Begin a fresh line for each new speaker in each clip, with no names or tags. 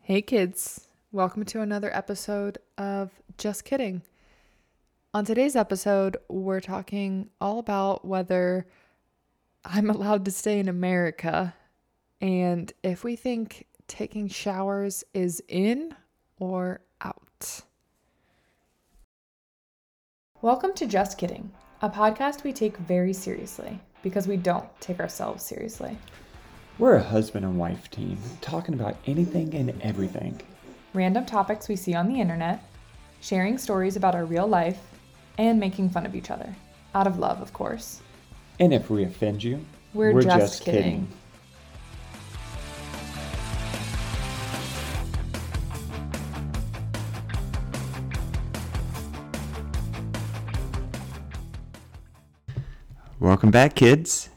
Hey, kids. Welcome to another episode of Just Kidding. On today's episode, we're talking all about whether I'm allowed to stay in America and if we think taking showers is in or out. Welcome to Just Kidding, a podcast we take very seriously because we don't take ourselves seriously.
We're a husband and wife team talking about anything and everything.
random topics we see on the internet, sharing stories about our real life, and making fun of each other. Out of love, of course.
And if we offend you,
We're just kidding.
Welcome back, kids.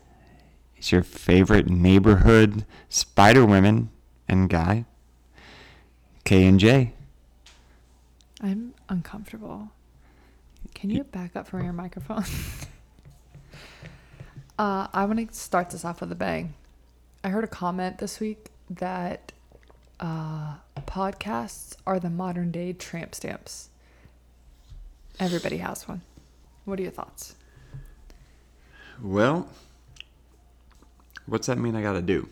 It's your favorite neighborhood spider women and guy, K and J.
I'm uncomfortable. Can you back up from your microphone? uh, I want to start this off with a bang. I heard a comment this week that uh, podcasts are the modern day tramp stamps. Everybody has one. What are your thoughts?
Well, what's that mean I gotta do?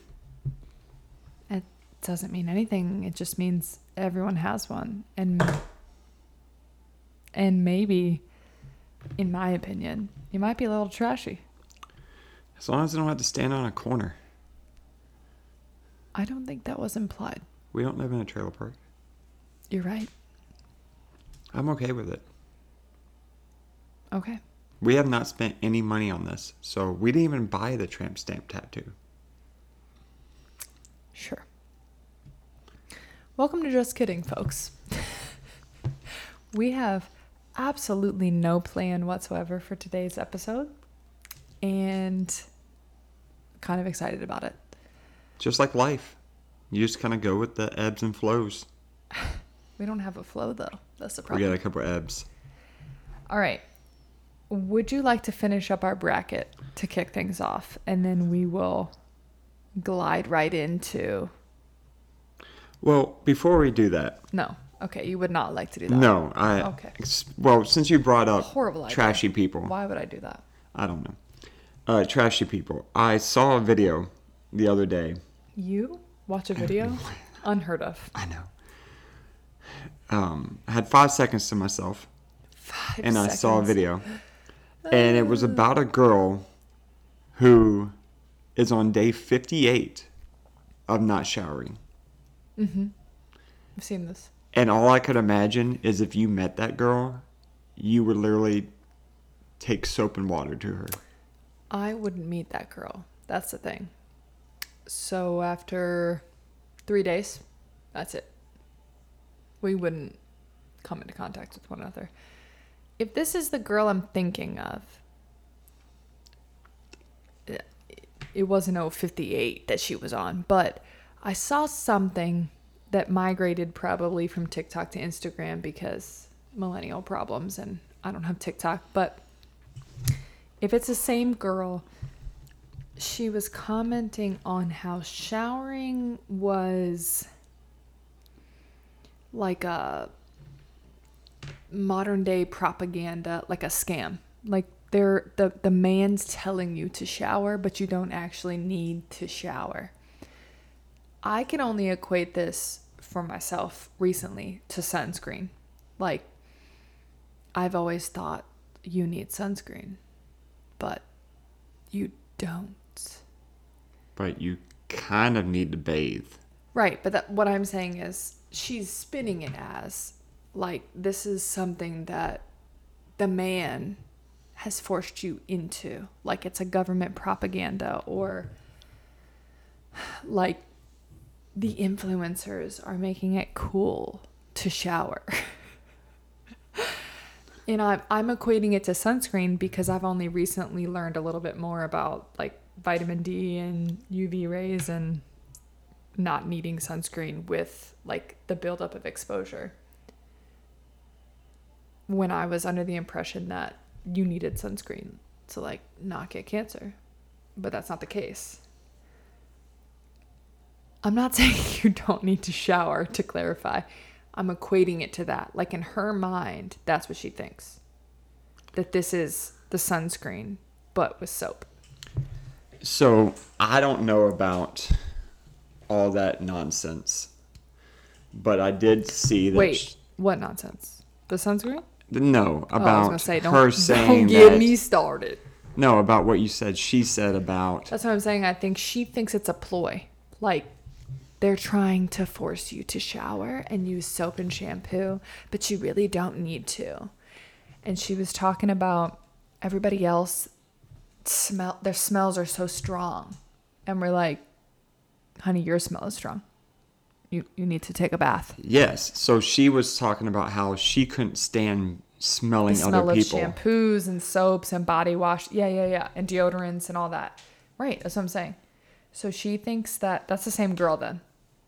It doesn't mean anything. It just means everyone has one, and and maybe, in my opinion, it might be a little trashy.
As long as I don't have to stand on a corner.
I don't think that was implied.
We don't live in a trailer park.
You're right.
I'm okay with it.
Okay.
We have not spent any money on this, so we didn't even buy the tramp stamp tattoo.
Sure. Welcome to Just Kidding, folks. we have absolutely no plan whatsoever for today's episode and kind of excited about it.
Just like life, you just kind of go with the ebbs and flows.
We don't have a flow though. That's the
We
problem.
got a couple ebbs.
All right. Would you like to finish up our bracket to kick things off? And then we will glide right into.
Well, before we do that,
No. Okay. You would not like to do that.
no, I
Okay.
ex- well, since you brought up
Horrible idea.
trashy people,
Why would I do that?
I don't know. Uh, trashy people. I saw a video the other day.
You watch a video? Unheard of.
I know. Um, I had five seconds to myself,
Five
and I saw a
seconds.
video, and it was about a girl who is on day 58 of not showering.
I've seen this.
And all I could imagine is if you met that girl, you would literally take soap and water to her.
I wouldn't meet that girl. That's the thing. So after three days, that's it. We wouldn't come into contact with one another. If this is the girl I'm thinking of, it- it wasn't 058 that she was on, but I saw something that migrated probably from TikTok to Instagram because millennial problems, and I don't have TikTok, but if it's the same girl, she was commenting on how showering was like a modern day propaganda, like a scam. Like they're the, the man's telling you to shower, but you don't actually need to shower. I can only equate this for myself recently to sunscreen. Like I've always thought you need sunscreen but you don't.
But you kind of need to bathe.
Right, but that, what I'm saying is she's spinning it as like this is something that the man has forced you into, like it's a government propaganda or like the influencers are making it cool to shower. and I'm, I'm equating it to sunscreen because I've only recently learned a little bit more about like vitamin D and UV rays and not needing sunscreen with like the buildup of exposure. When I was under the impression that you needed sunscreen to like not get cancer, but that's not the case. I'm not saying you don't need to shower to clarify. I'm equating it to that. Like in her mind, that's what she thinks. That this is the sunscreen, but with soap.
So I don't know about all that nonsense, but I did see that.
Wait,
sh-
what nonsense? The sunscreen?
no,
Oh, I was
about
gonna say, don't,
her
don't
saying
get
that.
me started.
No, about what you said. She said about.
That's what I'm saying. I think she thinks it's a ploy. Like they're trying to force you to shower and use soap and shampoo, but you really don't need to. And she was talking about everybody else smell their smells are so strong. And we're like, honey, your smell is strong. You you need to take a bath.
Yes. So she was talking about how she couldn't stand
The
smelling
smell
other
of
people.
shampoos and soaps and body wash. Yeah, yeah, yeah. And deodorants and all that. Right. That's what I'm saying. So she thinks that that's the same girl then.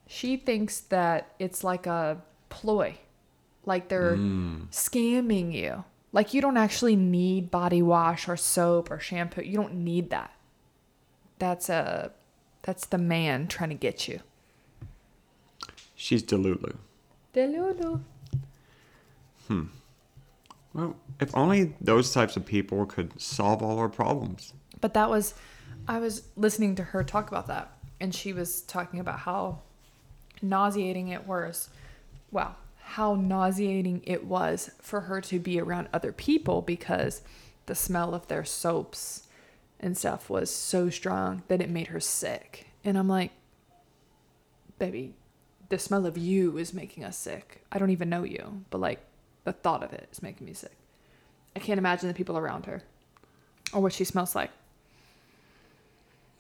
She thinks that it's like a ploy, like they're
Mm.
scamming you. Like you don't actually need body wash or soap or shampoo. You don't need that. That's a that's the man trying to get you.
She's Delulu.
Delulu.
Well, if only those types of people could solve all our problems.
But that was, I was listening to her talk about that, and she was talking about how nauseating it was. Wow, how nauseating it was for her to be around other people because the smell of their soaps and stuff was so strong that it made her sick. And I'm like, baby, the smell of you is making us sick. I don't even know you, but like the thought of it is making me sick. I can't imagine the people around her or what she smells like.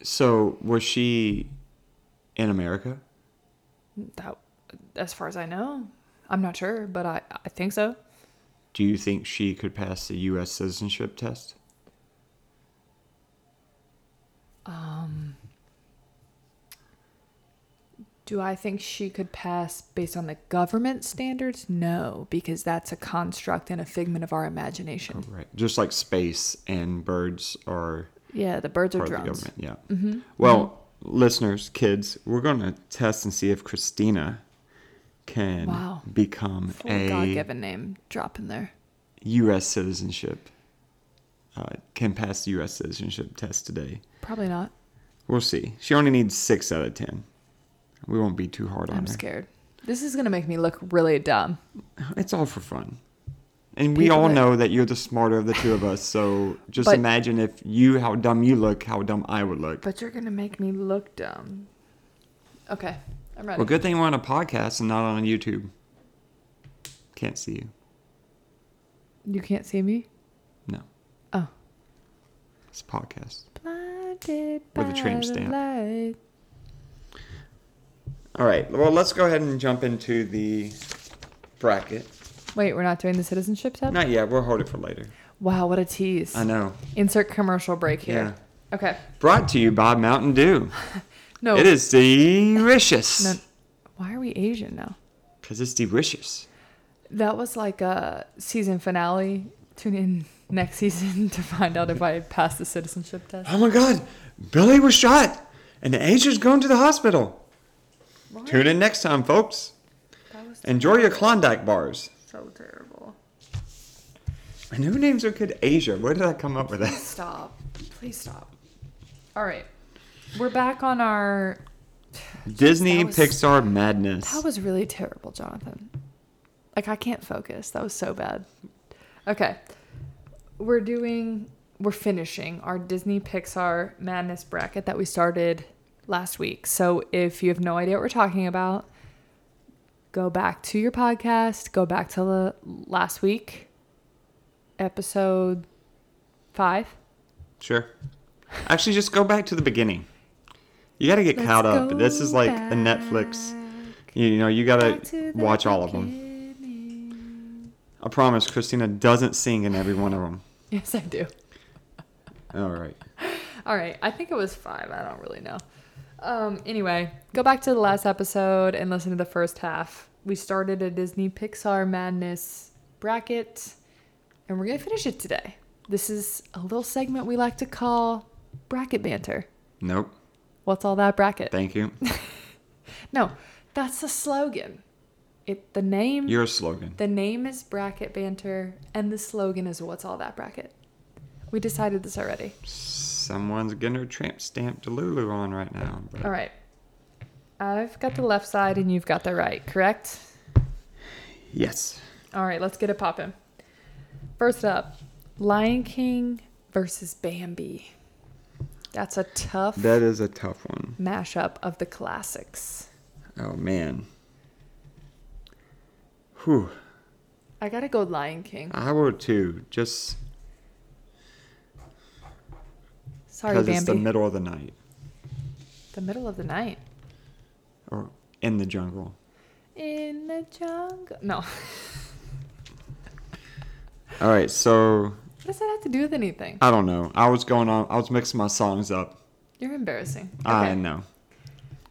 So was she in America?
That, as far as I know, I'm not sure, but I, I think so.
Do you think she could pass the U.S. citizenship test?
Do I think she could pass based on the government standards? No, because that's a construct and a figment of our imagination.
Right. Just like space and birds are
Yeah, the Mm-hmm. birds are
part of the
drones.
government. Yeah. Well, listeners, kids, we're going to test and see if Christina can
Wow.
become
Full
a
God-given name drop in there.
U.S. citizenship. Uh, can pass the U.S. citizenship test today.
Probably not.
We'll see. She only needs six out of ten. We won't be too hard on
I'm
her.
scared. This is gonna make me look really dumb.
It's all for fun. And we
People
all
that-
know that you're the smarter of the two of us, so just
But-
imagine if you how dumb you look, how dumb I would look.
But you're gonna make me look dumb. Okay, I'm ready.
Well, good thing we're on a podcast and not on YouTube. Can't see you.
You can't see me.
No,
Oh.
it's a podcast.
Blinded
With a trim
by the
stamp.
light.
All right. Well, let's go ahead and jump into the bracket.
Wait, we're not doing the citizenship tab?
Not yet. We'll hold it for later.
Wow, what a tease.
I know.
Insert commercial break here. Okay.
Brought to you by Mountain Dew.
No.
It is delicious.
Oh. No, why are we Asian now?
Because it's delicious.
That was like a season finale. Tune in next season to find out if I pass the citizenship test.
Oh my God, Billy was shot and the Asia's going to the hospital.
What?
Tune in next time, folks.
That was
Enjoy your Klondike bars.
so terrible.
And who names their kid Asia? Where did I come up with that?
Stop. Please stop. All right. We're back on our.
Disney
That was-
Pixar madness.
That was really terrible, Jonathan. Like, I can't focus. That was so bad. Okay. We're doing, we're finishing our Disney Pixar Madness bracket that we started last week. So if you have no idea what we're talking about, go back to your podcast, go back to the last week, episode five.
sure. Actually, just go back to the beginning. You got to get
Let's
caught up.
go
This is like a Netflix. You know, you got
back
to
to the
watch all of them.
beginning.
I promise, Christina doesn't sing in every one of them.
Yes, I do.
All right.
All right, I think it was five. I don't really know. Um, anyway, go back to the last episode and listen to the first half. We started a Disney Pixar Madness bracket, and we're gonna finish it today. This is a little segment we like to call bracket banter.
Nope.
What's all that bracket?
Thank you.
No, that's the slogan. It the name
Your slogan.
the name is bracket banter and the slogan is what's all that bracket. We decided this already.
Someone's getting her tramp stamp to Lulu on right now. but-
All right. I've got the left side and you've got the right, correct?
Yes.
All right, let's get it poppin'. First up, Lion King versus Bambi. That's a tough
That is a tough one.
mashup of the classics.
Oh man. Whew.
I gotta go Lion King.
I would too. Just
Sorry,
because
Bambi.
it's the middle of the night
the middle of the night.
or in the jungle.
In the jungle. No.
All right. So
What does that have to do with anything?
I don't know. I was going on. I was mixing my songs up.
You're embarrassing.
I know.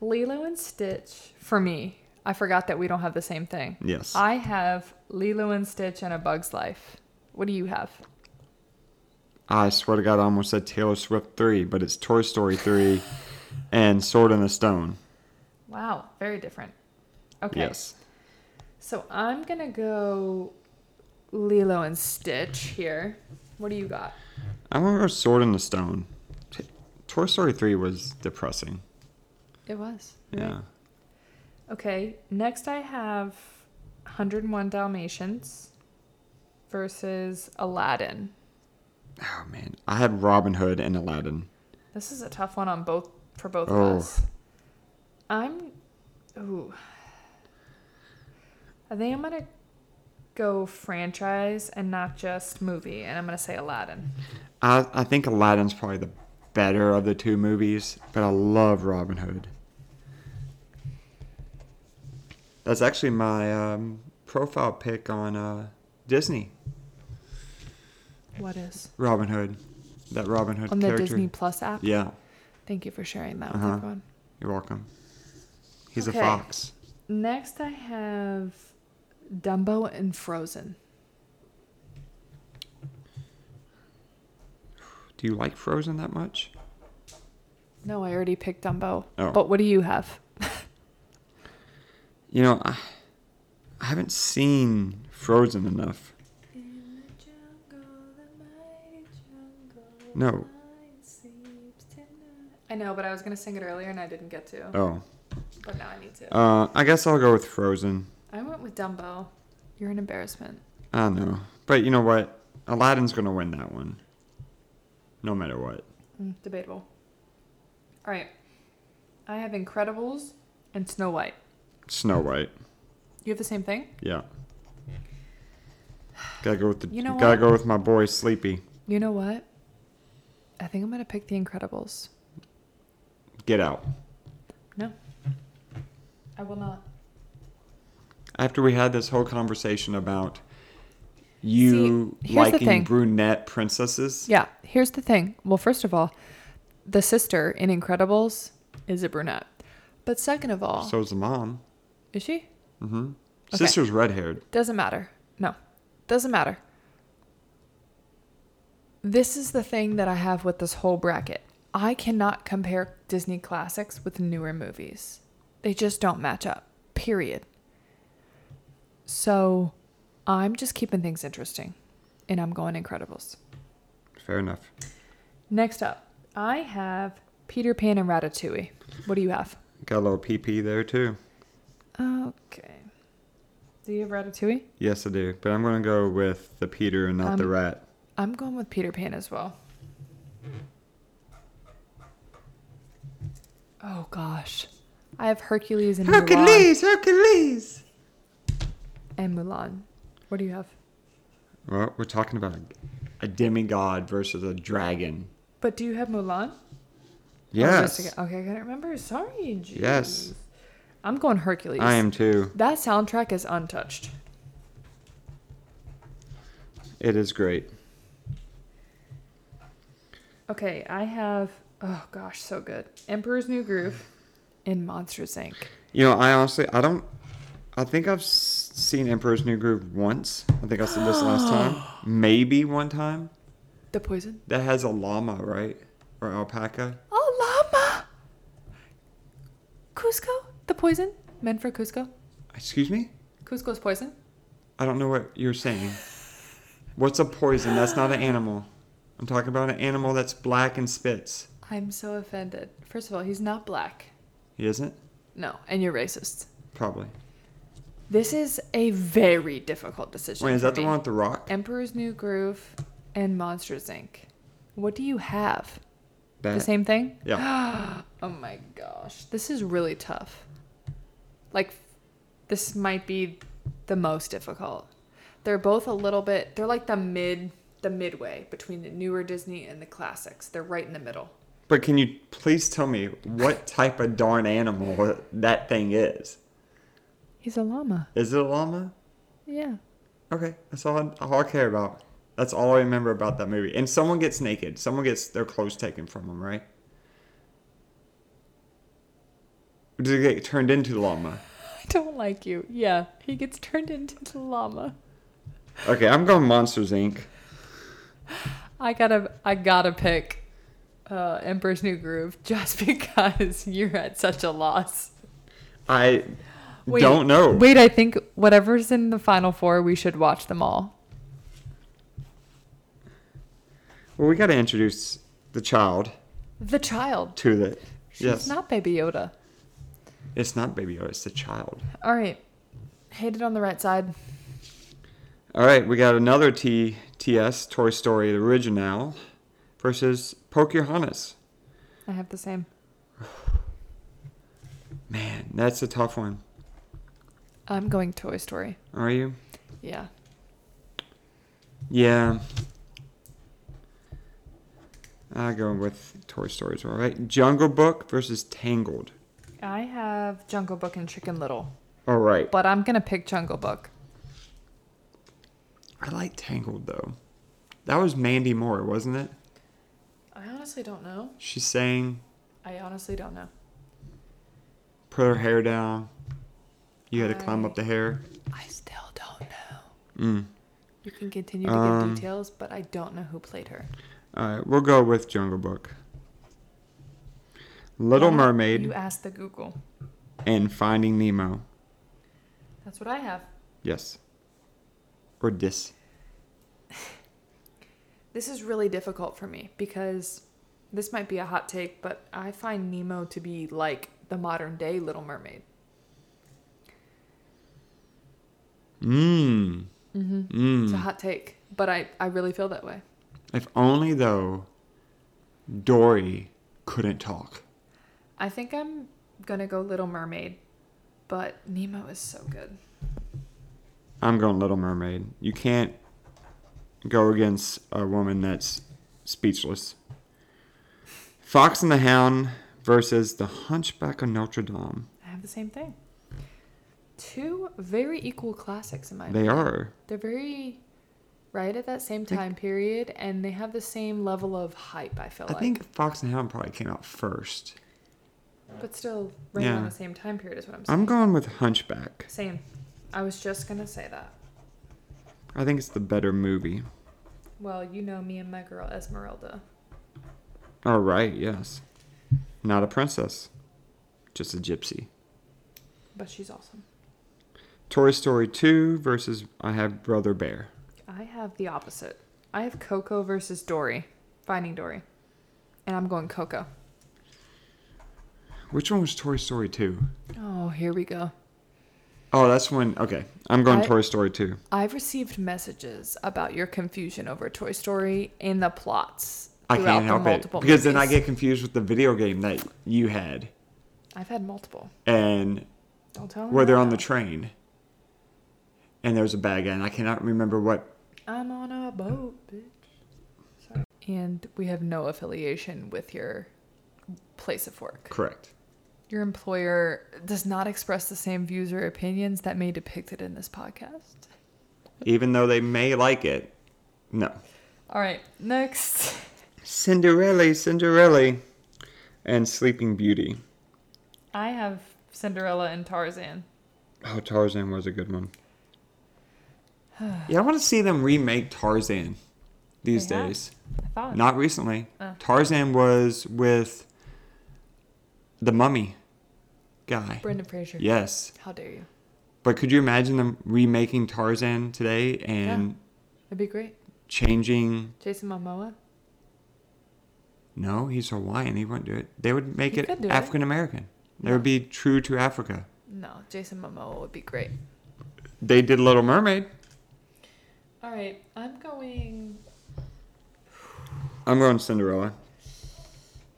Lilo and Stitch for me. I forgot that we don't have the same thing.
Yes.
I have Lilo and Stitch and A Bug's Life. What do you have?
I swear to God, I almost said Taylor Swift three, but it's Toy Story three, and Sword in the Stone.
Wow, very different. Okay.
Yes.
So I'm going to go Lilo and Stitch here. What do you got?
I remember Sword in the Stone. T- Toy Story three was depressing.
It was.
Yeah.
Okay, next I have 101 Dalmatians versus Aladdin.
Oh man, I had Robin Hood and Aladdin.
This is a tough one on both for both
Oh.
of us. I'm ooh. I think I'm gonna go franchise and not just movie, and I'm gonna say Aladdin.
I, I think Aladdin's probably the better of the two movies, but I love Robin Hood. That's actually my um, profile pic on uh, Disney.
What is
Robin Hood, that Robin Hood
on the
character.
Disney Plus app?
Yeah,
Thank you for sharing that
Uh-huh.
with everyone.
you're welcome. He's
Okay.
a fox.
Next, I have Dumbo and Frozen.
Do you like Frozen that much?
No, I already picked Dumbo.
Oh.
But what do you have?
You know, I, I haven't seen Frozen enough.
In the jungle, the mighty jungle.
No.
mine sleeps tonight. I know, but I was gonna sing it earlier and I didn't get to.
Oh,
But now I need to.
uh, I guess I'll go with Frozen.
I went with Dumbo. You're an embarrassment.
I don't know. But you know what? Aladdin's going to win that one. No matter what.
Mm, debatable. All right. I have Incredibles and Snow White.
Snow White.
You have the same thing.
Yeah. Gotta go with the.
You know what?
gotta go with my boy Sleepy.
You know what? I think I'm gonna pick the Incredibles.
Get out.
No. I will not.
After we had this whole conversation about you
here's the
liking
thing.
brunette princesses.
Yeah, here's the thing. Well, first of all, the sister in Incredibles is a brunette. But second of all,
So's the mom.
is she?
Mm-hmm.
Okay.
Sister's red haired.
Doesn't matter. No, doesn't matter. This is the thing that I have with this whole bracket. I cannot compare Disney classics with newer movies, they just don't match up, period. So I'm just keeping things interesting, and I'm going Incredibles.
Fair enough.
Next up, I have Peter Pan and Ratatouille. What do you have?
Got a little PP there too.
Okay. Do you have Ratatouille?
Yes, I do. But I'm gonna go with the Peter and not the
Um,
rat.
I'm going with Peter Pan as well. Oh gosh. I have Hercules and Mulan.
Hercules.
And Mulan. What do you have?
Well, we're talking about a, a demigod versus a dragon.
But do you have Mulan? Oh, just
Yes.
a- Okay, I can't remember. Sorry. Jeez.
Yes.
I'm going Hercules.
I am too.
That soundtrack is untouched.
It is great.
Okay, I have oh gosh, so good. Emperor's New Groove and Monsters Inc.
You know, I honestly, I don't, I think I've s- seen Emperor's New Groove once. I think I said this last time. Maybe one time.
The poison.
That has a llama, right? Or alpaca.
Oh llama. Cusco? The poison meant for Cusco.
Excuse me?
Cusco's poison.
I don't know what you're saying. What's a poison? That's not an animal. I'm talking about an animal that's black and spits.
I'm so offended. First of all, he's not black.
He isn't?
No, and you're racist.
Probably.
This is a very difficult decision.
Wait, is
for
that the
me.
one with the rock?
Emperor's New Groove and Monsters Inc. What do you have? The
Bat.
same thing?
Uh, Yeah.
Oh my gosh. This is really tough. Like, this might be the most difficult. They're both a little bit, they're like the mid, the midway between the newer Disney and the classics. They're right in the middle.
But can you please tell me what type of darn animal that thing is?
He's a llama.
Is it a llama?
Yeah.
Okay, that's all, all I care about. That's all I remember about that movie. And someone gets naked. Someone gets their clothes taken from them, right? Or Does it get turned into the llama?
I don't like you. Yeah. He gets turned into the llama.
Okay, I'm going Monsters Inc.
I gotta, I gotta pick uh, Emperor's New Groove just because you're at such a loss.
I
Wait.
don't know.
Wait, I think whatever's in the final four, we should watch them all.
Well, we got to introduce the child
The child.
to the.
She's
yes,
not Baby Yoda.
it's not Baby Yoda. It's the child.
All right. Hit it on the right side.
All right, we got another T TS Toy Story the original versus Pocahontas.
I have the same.
Man, that's a tough one.
I'm going Toy Story.
Are you?
Yeah.
Yeah. I go with Toy Story as well, right? Jungle Book versus Tangled.
I have Jungle Book and Chicken Little,
All right.
but I'm gonna pick Jungle Book.
I like Tangled though. That was Mandy Moore, wasn't it?
I honestly don't know.
She sang,
I honestly don't know.
put her hair down. You had to climb
I-
up the hair.
I still don't know.
Mm.
You can continue to
Um,
give details, but I don't know who played her.
All right, we'll go with Jungle Book. Little
Why don't
Mermaid.
You asked the Google.
and Finding Nemo.
That's what I have.
Yes. Or dis.
This is really difficult for me because this might be a hot take, but I find Nemo to be like the modern day Little Mermaid.
Mmm.
Mm-hmm. It's a
Mmm.
hot take, but I, I really feel that way.
If only though, Dory couldn't talk.
I think I'm gonna go Little Mermaid, but Nemo is so good.
I'm going Little Mermaid. You can't go against a woman that's speechless. Fox and the Hound versus the Hunchback of Notre Dame.
I have the same thing. Two very equal classics in my
They are.
They're very right at that same time period, and they have the same level of hype. I feel
I
like,
think Fox and the Hound probably came out first.
but still right around
Yeah.
the same time period is what I'm saying.
I'm going with Hunchback.
Same. I was just gonna say that.
I think it's the better movie.
Well, you know me and my girl Esmeralda.
All right, yes. Not a princess, just a gypsy.
But she's awesome.
Toy Story 2 versus I Have Brother Bear.
I have the opposite. I have Coco versus Dory, Finding Dory. And I'm going Coco.
Which one was Toy Story 2?
Oh, here we go.
Oh, that's when. Okay, I'm going
I-
Toy Story 2.
I've received messages about your confusion over Toy Story in the plots.
I
throughout
can't
the
help it
multiple
because then I
movies.
get confused with the video game that you had
I've had multiple.
and
Don't tell me.
where they're
right
on the
now.
train and there's a bad guy and I cannot remember what.
I'm on a boat, bitch. Sorry. And we have no affiliation with your place of work.
Correct.
Your employer does not express the same views or opinions that may depicted in this podcast.
Even though they may like it, no.
All right, next.
Cinderella, Cinderella, and Sleeping Beauty.
I have Cinderella and Tarzan.
Oh, Tarzan was a good one. yeah, I want to see them remake Tarzan these
They have.
days.
I thought.
Not recently.
Oh.
Tarzan was with the Mummy. guy.
Brendan Fraser.
Yes.
How dare you?
But could you imagine them remaking Tarzan today and
Yeah. That'd be great.
changing?
Jason Momoa.
No, he's Hawaiian. He wouldn't do it. They would make
He
it
could do it.
African American. They
No.
would be true to Africa.
No, Jason Momoa would be great.
They did Little Mermaid.
All right, I'm going.
I'm going Cinderella.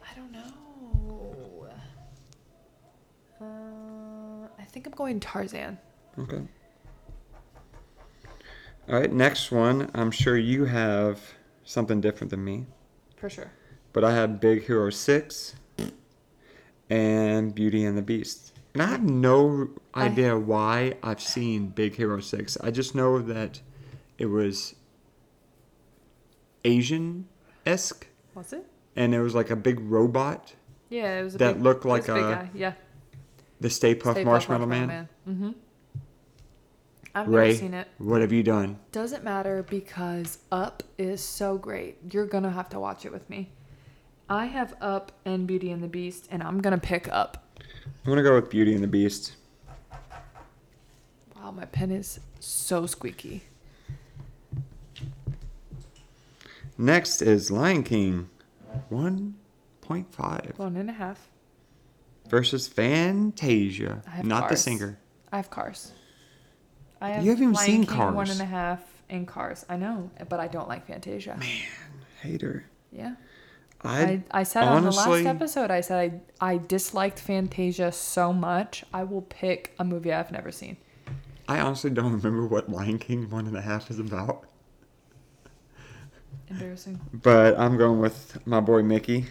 I don't know. Uh, I think I'm going Tarzan.
Okay. All right, next one. I'm sure you have something different than me,
For sure.
but I had Big Hero 6 and Beauty and the Beast. And I have no
I-
idea why I've seen Big Hero 6. I just know that it was Asian esque,
Was it?
and there was like a big robot,
Yeah, it was a
That
big,
looked
it was
like
big
a
guy. yeah.
the Stay Puft
Stay Puft
Marshmallow, Man.
Mm-hmm. I've
Ray,
never seen it.
what have you done?
Doesn't matter because Up is so great. You're gonna have to watch it with me. I have Up and Beauty and the Beast, and I'm gonna pick Up.
I'm going to go with Beauty and the Beast.
Wow, my pen is so squeaky.
Next is Lion King 1.5
One and a half.
versus Fantasia.
I have
Not the
Cars.
singer.
I have Cars. I
You haven't even
Lion
seen
King One
Cars.
and a half and Cars. I know, but I don't like Fantasia.
Hater.
Yeah.
I,
I, I said on
honestly-
the last episode, I said I, I disliked Fantasia so much, I will pick a movie I've never seen.
I honestly don't remember what Lion King 1.5 is about.
Embarrassing.
But I'm going with my boy Mickey.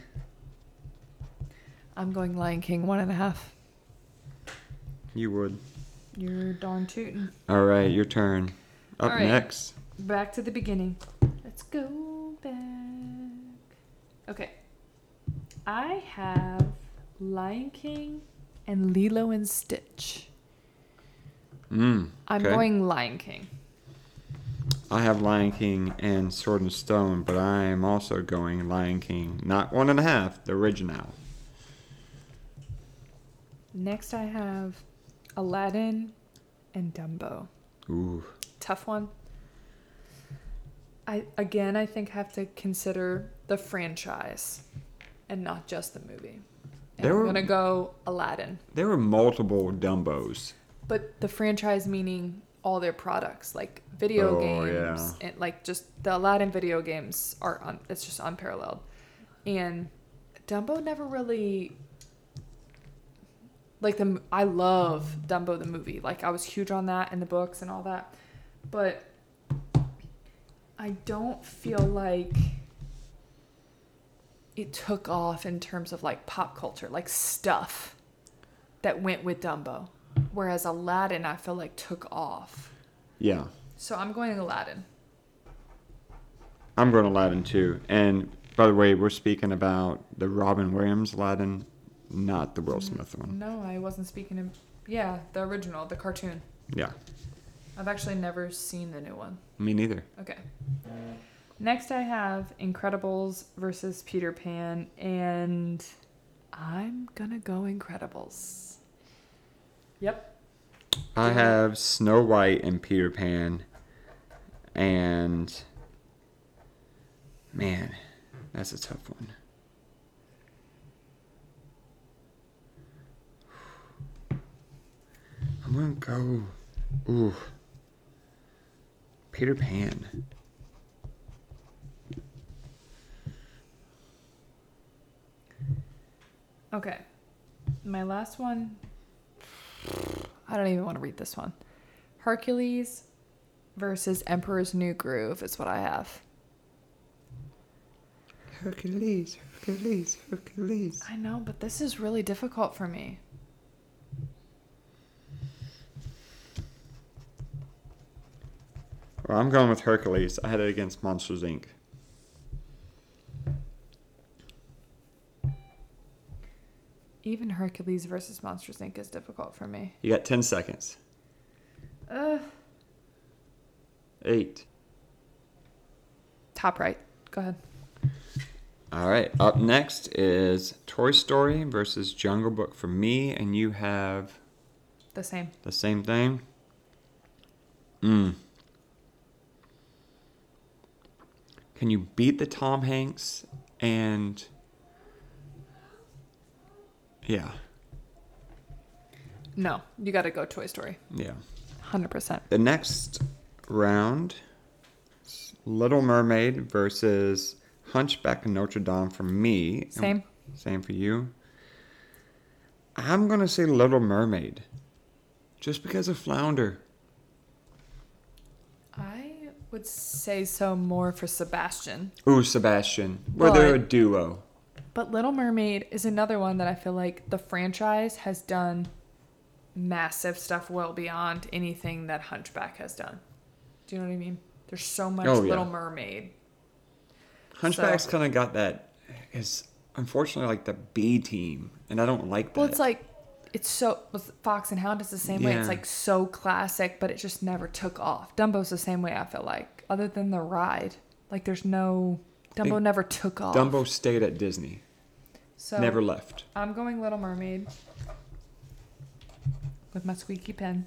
I'm going Lion King one and a half.
You would.
You're darn tootin'.
All right, your turn. Up
All right.
next.
Back to the beginning. Let's go back. Okay. I have Lion King and Lilo and Stitch.
Mm,
I'm
okay.
going Lion King.
I have Lion King and Sword and Stone, but I am also going Lion King. Not one and a half, the original.
Next, I have Aladdin and Dumbo.
Ooh.
tough one. I again, I think have to consider the franchise and not just the movie. And
There
I'm
were-
gonna go Aladdin,
There were multiple Dumbos.
but the franchise meaning all their products, like video
Oh,
games,
yeah.
and like just the Aladdin video games are un, it's just unparalleled. And Dumbo never really like the m- I love Dumbo the movie. Like I was huge on that and the books and all that. But I don't feel like it took off in terms of like pop culture, like stuff that went with Dumbo. Whereas Aladdin I feel like took off.
Yeah.
So I'm going Aladdin.
I'm going Aladdin too. And by the way, we're speaking about the Robin Williams Aladdin, not the Will Smith one.
No, I wasn't speaking of yeah, the original, the cartoon.
Yeah,
I've actually never seen the new one.
me neither.
Okay. Next, I have Incredibles versus Peter Pan, and I'm gonna go Incredibles. Yep.
I
Yeah.
have Snow White and Peter Pan, and man, that's a tough one. I'm gonna go. Ooh. Peter Pan.
Okay. My last one. I don't even want to read this one. Hercules versus Emperor's New Groove is what I have.
Hercules, Hercules, Hercules.
I know, but this is really difficult for me.
Well, I'm going with Hercules. I had it against Monsters Inc.
Even Hercules versus Monsters Inc. is difficult for me.
You got 10 seconds.
Ugh.
Eight,
Top right. Go ahead.
All right. Up next is Toy Story versus Jungle Book for me, and you have
The same.
the same thing. Mm. Can you beat the Tom Hanks and yeah,
No, you got to go Toy Story.
yeah.
100%.
The next round, Little Mermaid versus Hunchback of Notre Dame for me. and-
Same.
Same for you. I'm gonna say Little Mermaid, just because of Flounder.
I would say so more for Sebastian.
Ooh, Sebastian. Well, they're a
But-
duo.
But Little Mermaid is another one that I feel like the franchise has done massive stuff well beyond anything that Hunchback has done. Do you know what I mean? There's so much
Oh, yeah.
Little Mermaid.
Hunchback's kind of got that. Is unfortunately like the B team, and I don't like that.
Well, it's like it's so with Fox and Hound is the same way.
Yeah.
It's like so classic, but it just never took off. Dumbo's the same way. I feel like, other than the ride, like there's no Dumbo
Think-
never took off.
Dumbo stayed at Disney,
so
never left.
I'm going Little Mermaid with my squeaky pen.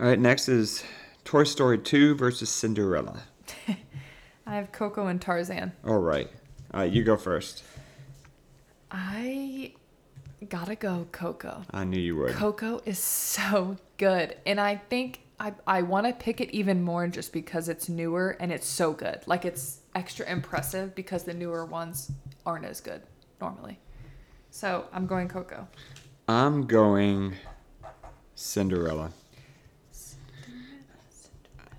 All right, next is Toy Story 2 versus Cinderella.
I have Coco and Tarzan.
All right. All right, you go first.
I gotta go Coco.
I knew you would.
Coco is so good. And I think I, I want to pick it even more just because it's newer and it's so good. Like it's extra impressive because the newer ones aren't as good normally. So I'm going Coco.
I'm going Cinderella.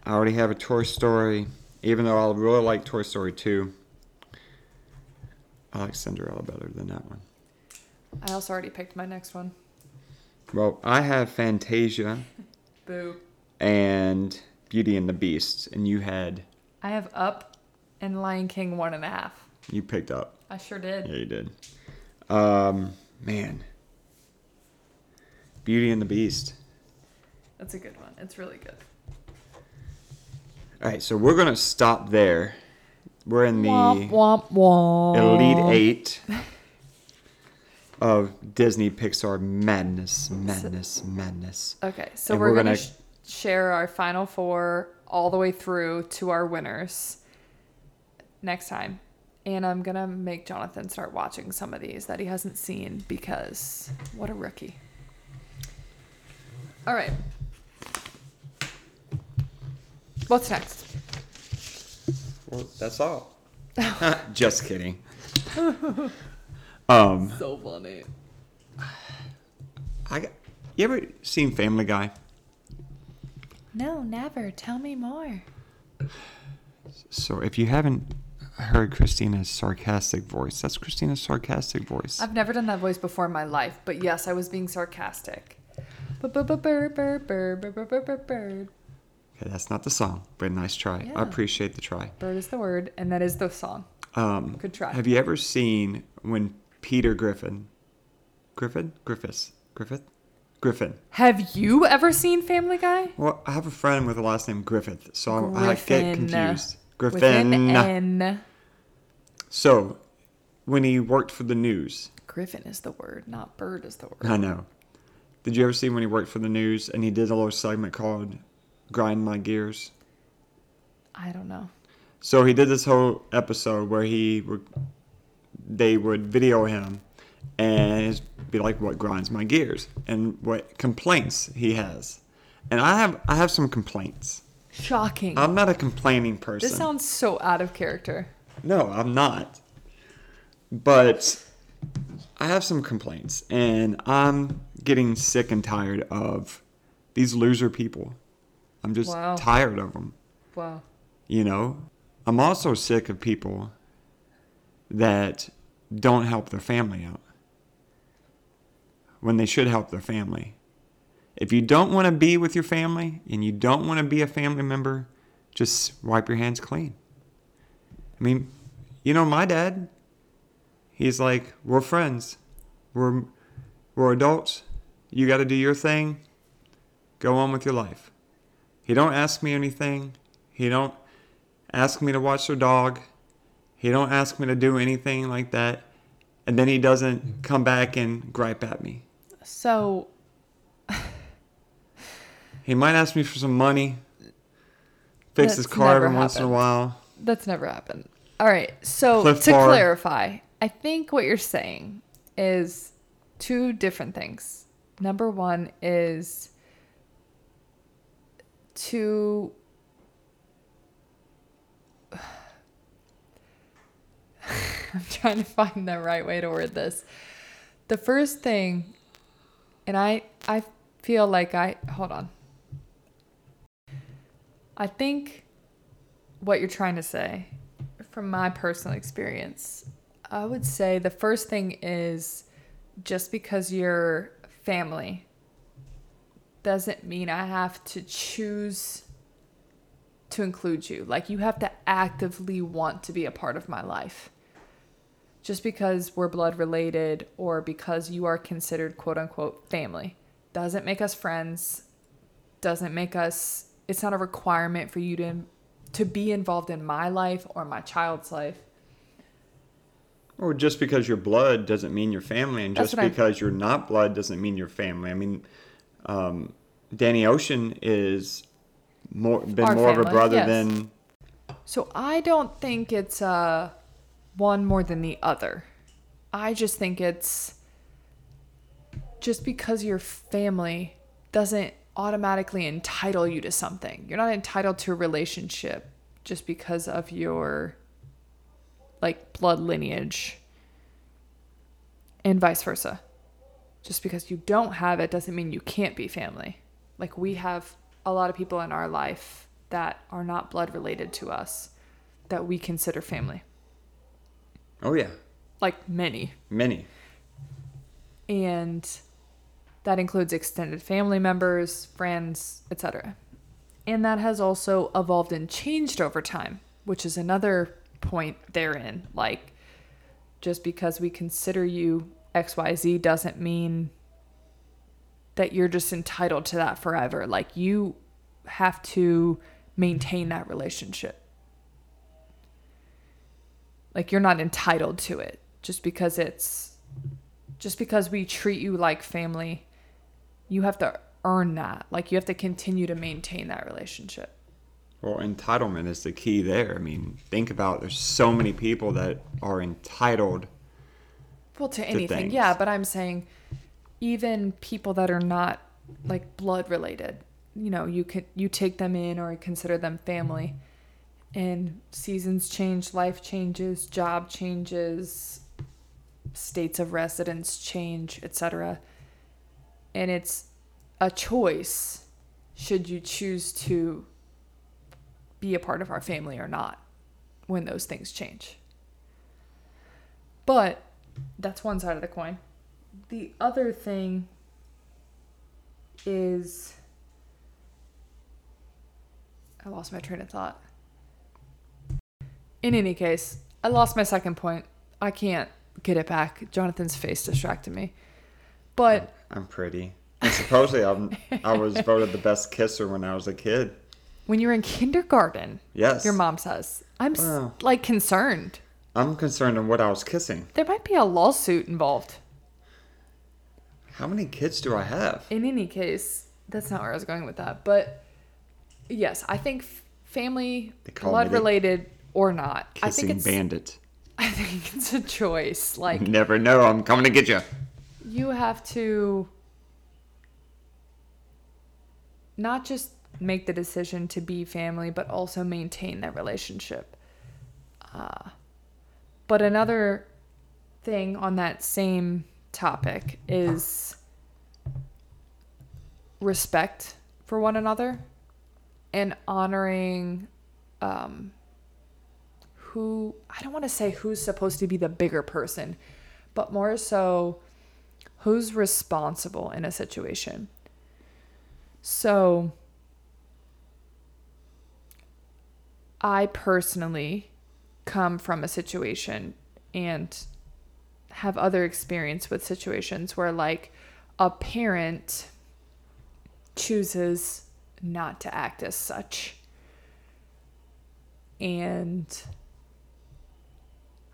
I already have a Toy Story, even though I really like Toy Story 2. I like Cinderella better than that one.
I also already picked my next one.
Well, I have Fantasia
Boo.
and Beauty and the Beast, and you had,
I have Up and Lion King one and a half.
you picked up.
I sure did.
Yeah, you did. Um, man. Beauty and the Beast.
That's a good one. It's really good.
All right, so we're going to stop there. We're in the
Womp womp womp.
Elite Eight of Disney Pixar madness, madness, madness.
Okay, so
And
we're,
we're
gonna,
gonna-
sh- share our final four all the way through to our winners next time. And I'm gonna make Jonathan start watching some of these that he hasn't seen because what a rookie. All right. What's next?
Well, that's all. Just kidding. um,
So funny.
I got- you ever seen Family Guy?
No, never. Tell me more.
So if you haven't heard Christina's sarcastic voice, that's Christina's sarcastic voice.
I've never done that voice before in my life, but yes, I was being sarcastic. Bird
Okay, that's not the song, but nice try.
Yeah.
I appreciate the try.
is the word, and that is the song.
Um,
Good try.
Have you ever seen when Peter Griffin, Griffin, Griffiths, Griffith, Griffin?
Have you ever seen Family Guy?
Well, I have a friend with the last name Griffith, so I'm- I get
Griffin.
confused.
With an
Griffin.
N.
So, when he worked for the news,
Griffin is the word, not bird is the word.
I know. Did you ever see when he worked for the news and he did a little segment called "Grind My Gears"?
I don't know.
So he did this whole episode where he would, they would video him and it'd be like what grinds my gears and what complaints he has. And I have I have some complaints.
Shocking.
I'm not a complaining person.
this sounds so out of character.
no, I'm not. But I have some complaints and I'm getting sick and tired of these loser people. I'm just
Wow.
tired of them.
Wow.
You know, I'm also sick of people that don't help their family out when they should help their family. If you don't want to be with your family and you don't want to be a family member, just wipe your hands clean. I mean, you know, my dad, he's like, we're friends, we're, we're adults, you got to do your thing, go on with your life. He don't ask me anything. He don't ask me to watch their dog. He don't ask me to do anything like that, and then he doesn't come back and gripe at me.
So
He might ask me for some money, fix his
That's
car
never
every once in a
happened.
while.
That's never happened. All right. So
Cliff
to
bar.
clarify, I think what you're saying is two different things. Number one is to I'm trying to find the right way to word this. The first thing and I I feel like I hold on. I think what you're trying to say from my personal experience i would say the first thing is just because you're family doesn't mean i have to choose to include you like you have to actively want to be a part of my life just because we're blood related or because you are considered quote unquote family doesn't make us friends doesn't make us it's not a requirement for you to to be involved in my life or my child's life
Or just because you're blood doesn't mean you're family, and
That's
just
what I'm-
because you're not blood doesn't mean you're family. I mean, um, Danny Ocean is more been
Our
more of a
family,
brother
yes.
than
so i don't think it's uh one more than the other i just think it's just because you're family doesn't automatically entitle you to something you're not entitled to a relationship just because of your like blood lineage and vice versa. Just because you don't have it doesn't mean you can't be family. Like we have a lot of people in our life that are not blood related to us that we consider family.
oh yeah
Like many.
many.
And that includes extended family members, friends, etc. And that has also evolved and changed over time, which is another point therein. Like just because we consider you XYZ doesn't mean that you're just entitled to that forever. Like you have to maintain that relationship. Like you're not entitled to it just because it's just because we treat you like family. You have to earn that. Like you have to continue to maintain that relationship.
Well, entitlement is the key there. I mean, think about there's so many people that are entitled.
Well, to anything,
things.
yeah, but I'm saying even people that are not like blood related, you know, you could you take them in or consider them family. And seasons change, life changes, job changes, states of residence change, etc. And it's a choice should you choose to be a part of our family or not when those things change. But that's one side of the coin. The other thing is I lost my train of thought. In any case, I lost my second point. I can't get it back. Jonathan's face distracted me. But
I'm pretty. And supposedly, I'm, I was voted the best kisser when I was a kid.
when you're in kindergarten,
Yes.
your mom says, I'm s
Wow.
like concerned.
I'm concerned on what I was kissing.
There might be a lawsuit involved.
How many kids do I have?
in any case, that's not where I was going with that. But yes, I think f- family,
They call me
blood
the
related or not, I
Kissing
think it's
bandit.
I think it's a choice. Like
Never know. I'm coming to get you.
you have to not just make the decision to be family, but also maintain that relationship. Uh, but another thing on that same topic is respect for one another and honoring um, who I don't want to say who's supposed to be the bigger person, but more so who's responsible in a situation. So I personally come from a situation and have other experience with situations where like a parent chooses not to act as such and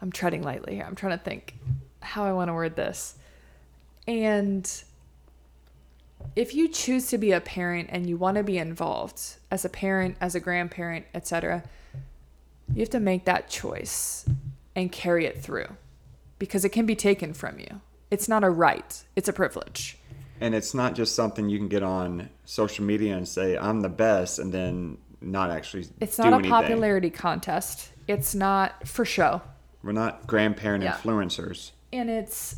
I'm treading lightly here. I'm trying to think how I want to word this. And if you choose to be a parent and you want to be involved as a parent, as a grandparent, etc., you have to make that choice and carry it through because it can be taken from you. It's not a right, it's a privilege.
And it's not just something you can get on social media and say, I'm the best, and then not actually
It's
do
not a
anything.
popularity contest. It's not for show.
We're not grandparent
Yeah.
influencers
And it's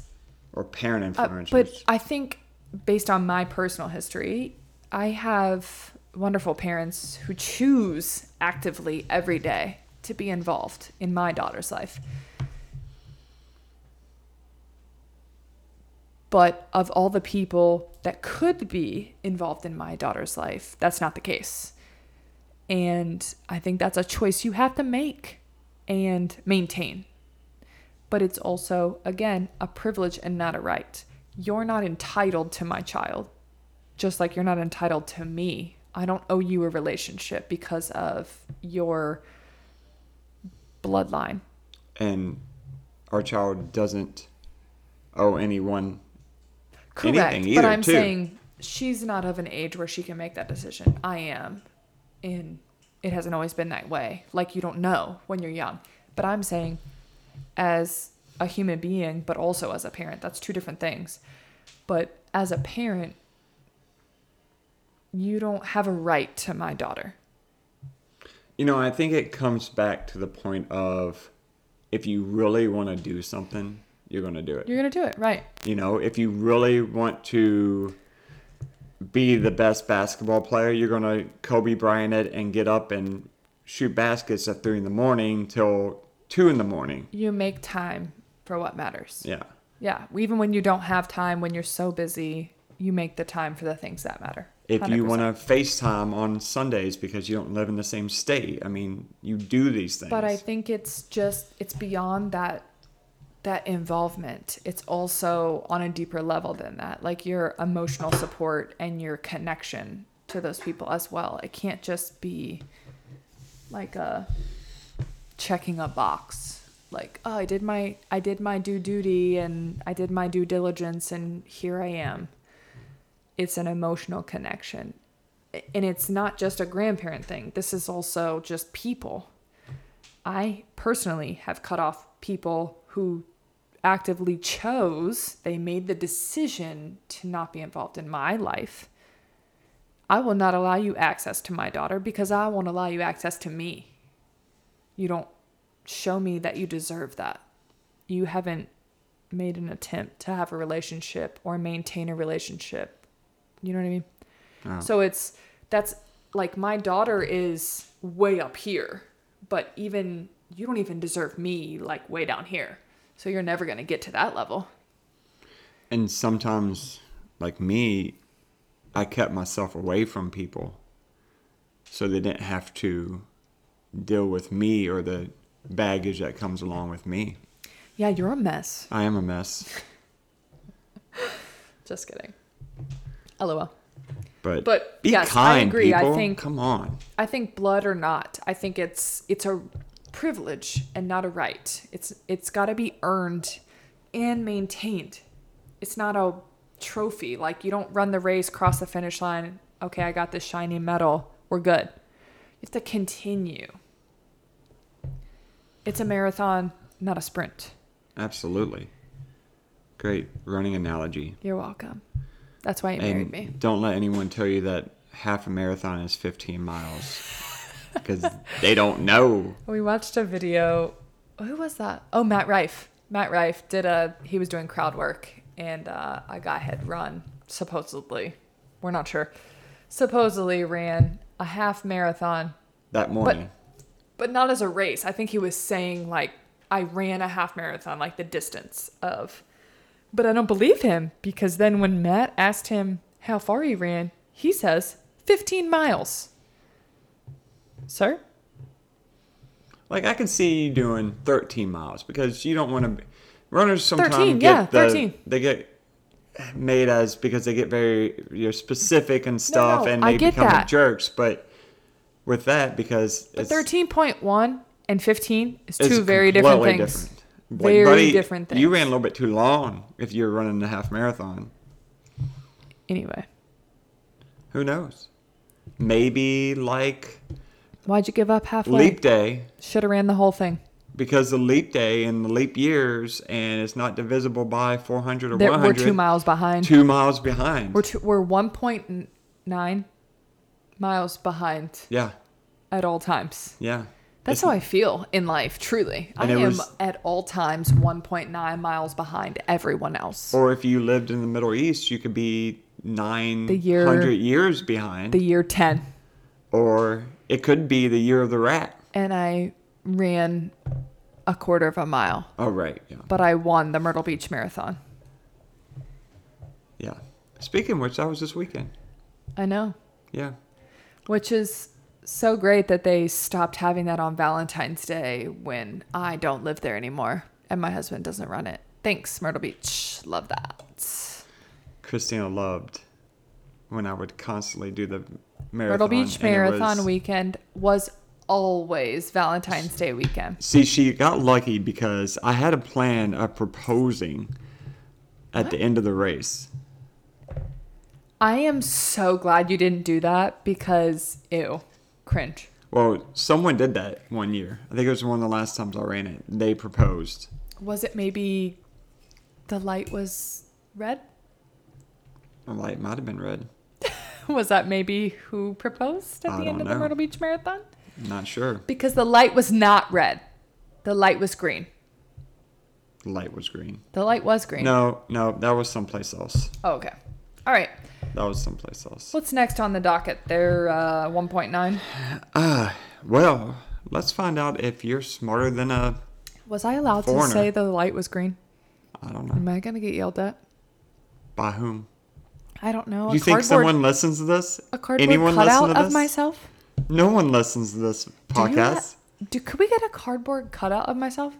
or parent
Uh,
influencers.
but I think, based on my personal history, I have wonderful parents who choose actively every day to be involved in my daughter's life. But of all the people that could be involved in my daughter's life, that's not the case. And I think that's a choice you have to make and maintain but it's also, again, a privilege and not a right. You're not entitled to my child, just like you're not entitled to me. I don't owe you a relationship because of your bloodline.
and our child doesn't owe anyone
Correct.
Anything
but
either,
I'm
too.
saying she's not of an age where she can make that decision. I am. And it hasn't always been that way. Like you don't know when you're young. But I'm saying as a human being, but also as a parent, that's two different things. But as a parent, you don't have a right to my daughter.
You know, I think it comes back to the point of if you really want to do something, you're going to do it.
You're going to do it, right?
You know, if you really want to be the best basketball player, you're going to Kobe Bryant it and get up and shoot baskets at three in the morning till two in the morning.
You make time for what matters.
Yeah.
Yeah, even when you don't have time, when you're so busy, you make the time for the things that matter.
If you
100%.
want to FaceTime on Sundays because you don't live in the same state, I mean, you do these things.
but i think it's just it's beyond that that involvement it's also on a deeper level than that like your emotional support and your connection to those people as well it can't just be like a checking a box like oh i did my i did my due duty and i did my due diligence and here i am it's an emotional connection and it's not just a grandparent thing this is also just people I personally have cut off people who actively chose, they made the decision to not be involved in my life. I will not allow you access to my daughter because I won't allow you access to me. You don't show me that you deserve that. You haven't made an attempt to have a relationship or maintain a relationship. You know what I mean?
Oh.
So it's that's like my daughter is way up here, but even you don't even deserve me like way down here. So you're never going to get to that level.
and sometimes like me i kept myself away from people so they didn't have to deal with me or the baggage that comes along with me
Yeah, you're a mess.
i am a mess
Just kidding. LOL.
but
But,
be
yes, I
kind
agree. I
people.
think-
come on
I think blood or not, I think it's it's a privilege and not a right. It's it's got to be earned and maintained. It's not a trophy. Like you don't run the race, cross the finish line, okay, I got this shiny medal. We're good. You have to continue. It's a marathon, not a sprint.
absolutely great running analogy
You're welcome. That's why you married
and
me.
don't let anyone tell you that half a marathon is 15 miles because they don't know
We watched a video. Who was that? Oh, Matt Rife. Matt Rife did a. He was doing crowd work, and uh, a guy had run supposedly. We're not sure. Supposedly ran a half marathon,
that morning
but not as a race. I think he was saying like, "I ran a half marathon, like the distance of." But I don't believe him because then when Matt asked him how far he ran, he says 15 miles. Sir,
Like I can see you doing 13 miles because you don't want to. Runners sometimes
13,
get
yeah,
the,
13.
They get made as because they get very you're specific and stuff,
no,
and
I
they
get
become
that.
jerks. But with that, because
But
it's
13.1 and 15 is
it's
two very different
completely
things.
different. Like,
Very
buddy,
different things.
You ran a little bit too long if you were running the half marathon.
Anyway,
Who knows? Maybe like
why'd you give up halfway?
leap day
Should have ran the whole thing.
because the leap day and the leap years and it's not divisible by 400 or
That we're
100.
two miles behind.
two miles behind.
We're two, we're one point nine miles behind
yeah,
at all times.
yeah.
That's
It's-
how I feel in life, truly. I
And
am
it was-
at all times 1.9 miles behind everyone else.
Or if you lived in the Middle East, you could be nine hundred
year-
years behind.
the year 10.
or it could be the year of the rat.
And I ran a quarter of a mile,
Oh, right. Yeah.
but I won the Myrtle Beach Marathon.
Yeah. Speaking of which, that was this weekend.
I know,
Yeah.
which is so great that they stopped having that on Valentine's Day when I don't live there anymore and my husband doesn't run it. Thanks, Myrtle Beach. Love that.
Christina loved when I would constantly do the
Myrtle
marathon.
Beach
and it
Marathon
was-
weekend was always Valentine's Day weekend.
See, she got lucky because I had a plan of proposing at the end of the race.
I am so glad you didn't do that because ew, cringe.
Well, someone did that one year. I think it was one of the last times I ran it. They proposed.
Was it maybe the light was red?
I'm like, it might have been red.
Was that maybe who proposed at
I
the
don't
end of the
know.
Myrtle Beach Marathon?
Not sure.
Because the light was not red. The light was green.
The light was green.
The light was green.
No, no, that was someplace else.
Oh, okay. All right.
That was someplace else.
What's next on the docket? They're uh, 1.9.
Ah, well, let's find out if you're smarter than a.
Was I allowed
Foreigner.
to say the light was green?
I don't know.
Am I going to get yelled at?
By whom?
I don't know.
you think someone listens to this?
a cardboard
Anyone listen
cutout
to
of
this?
myself?
No one listens to this
Do you
podcast.
ha- do, could we get a cardboard cutout of myself?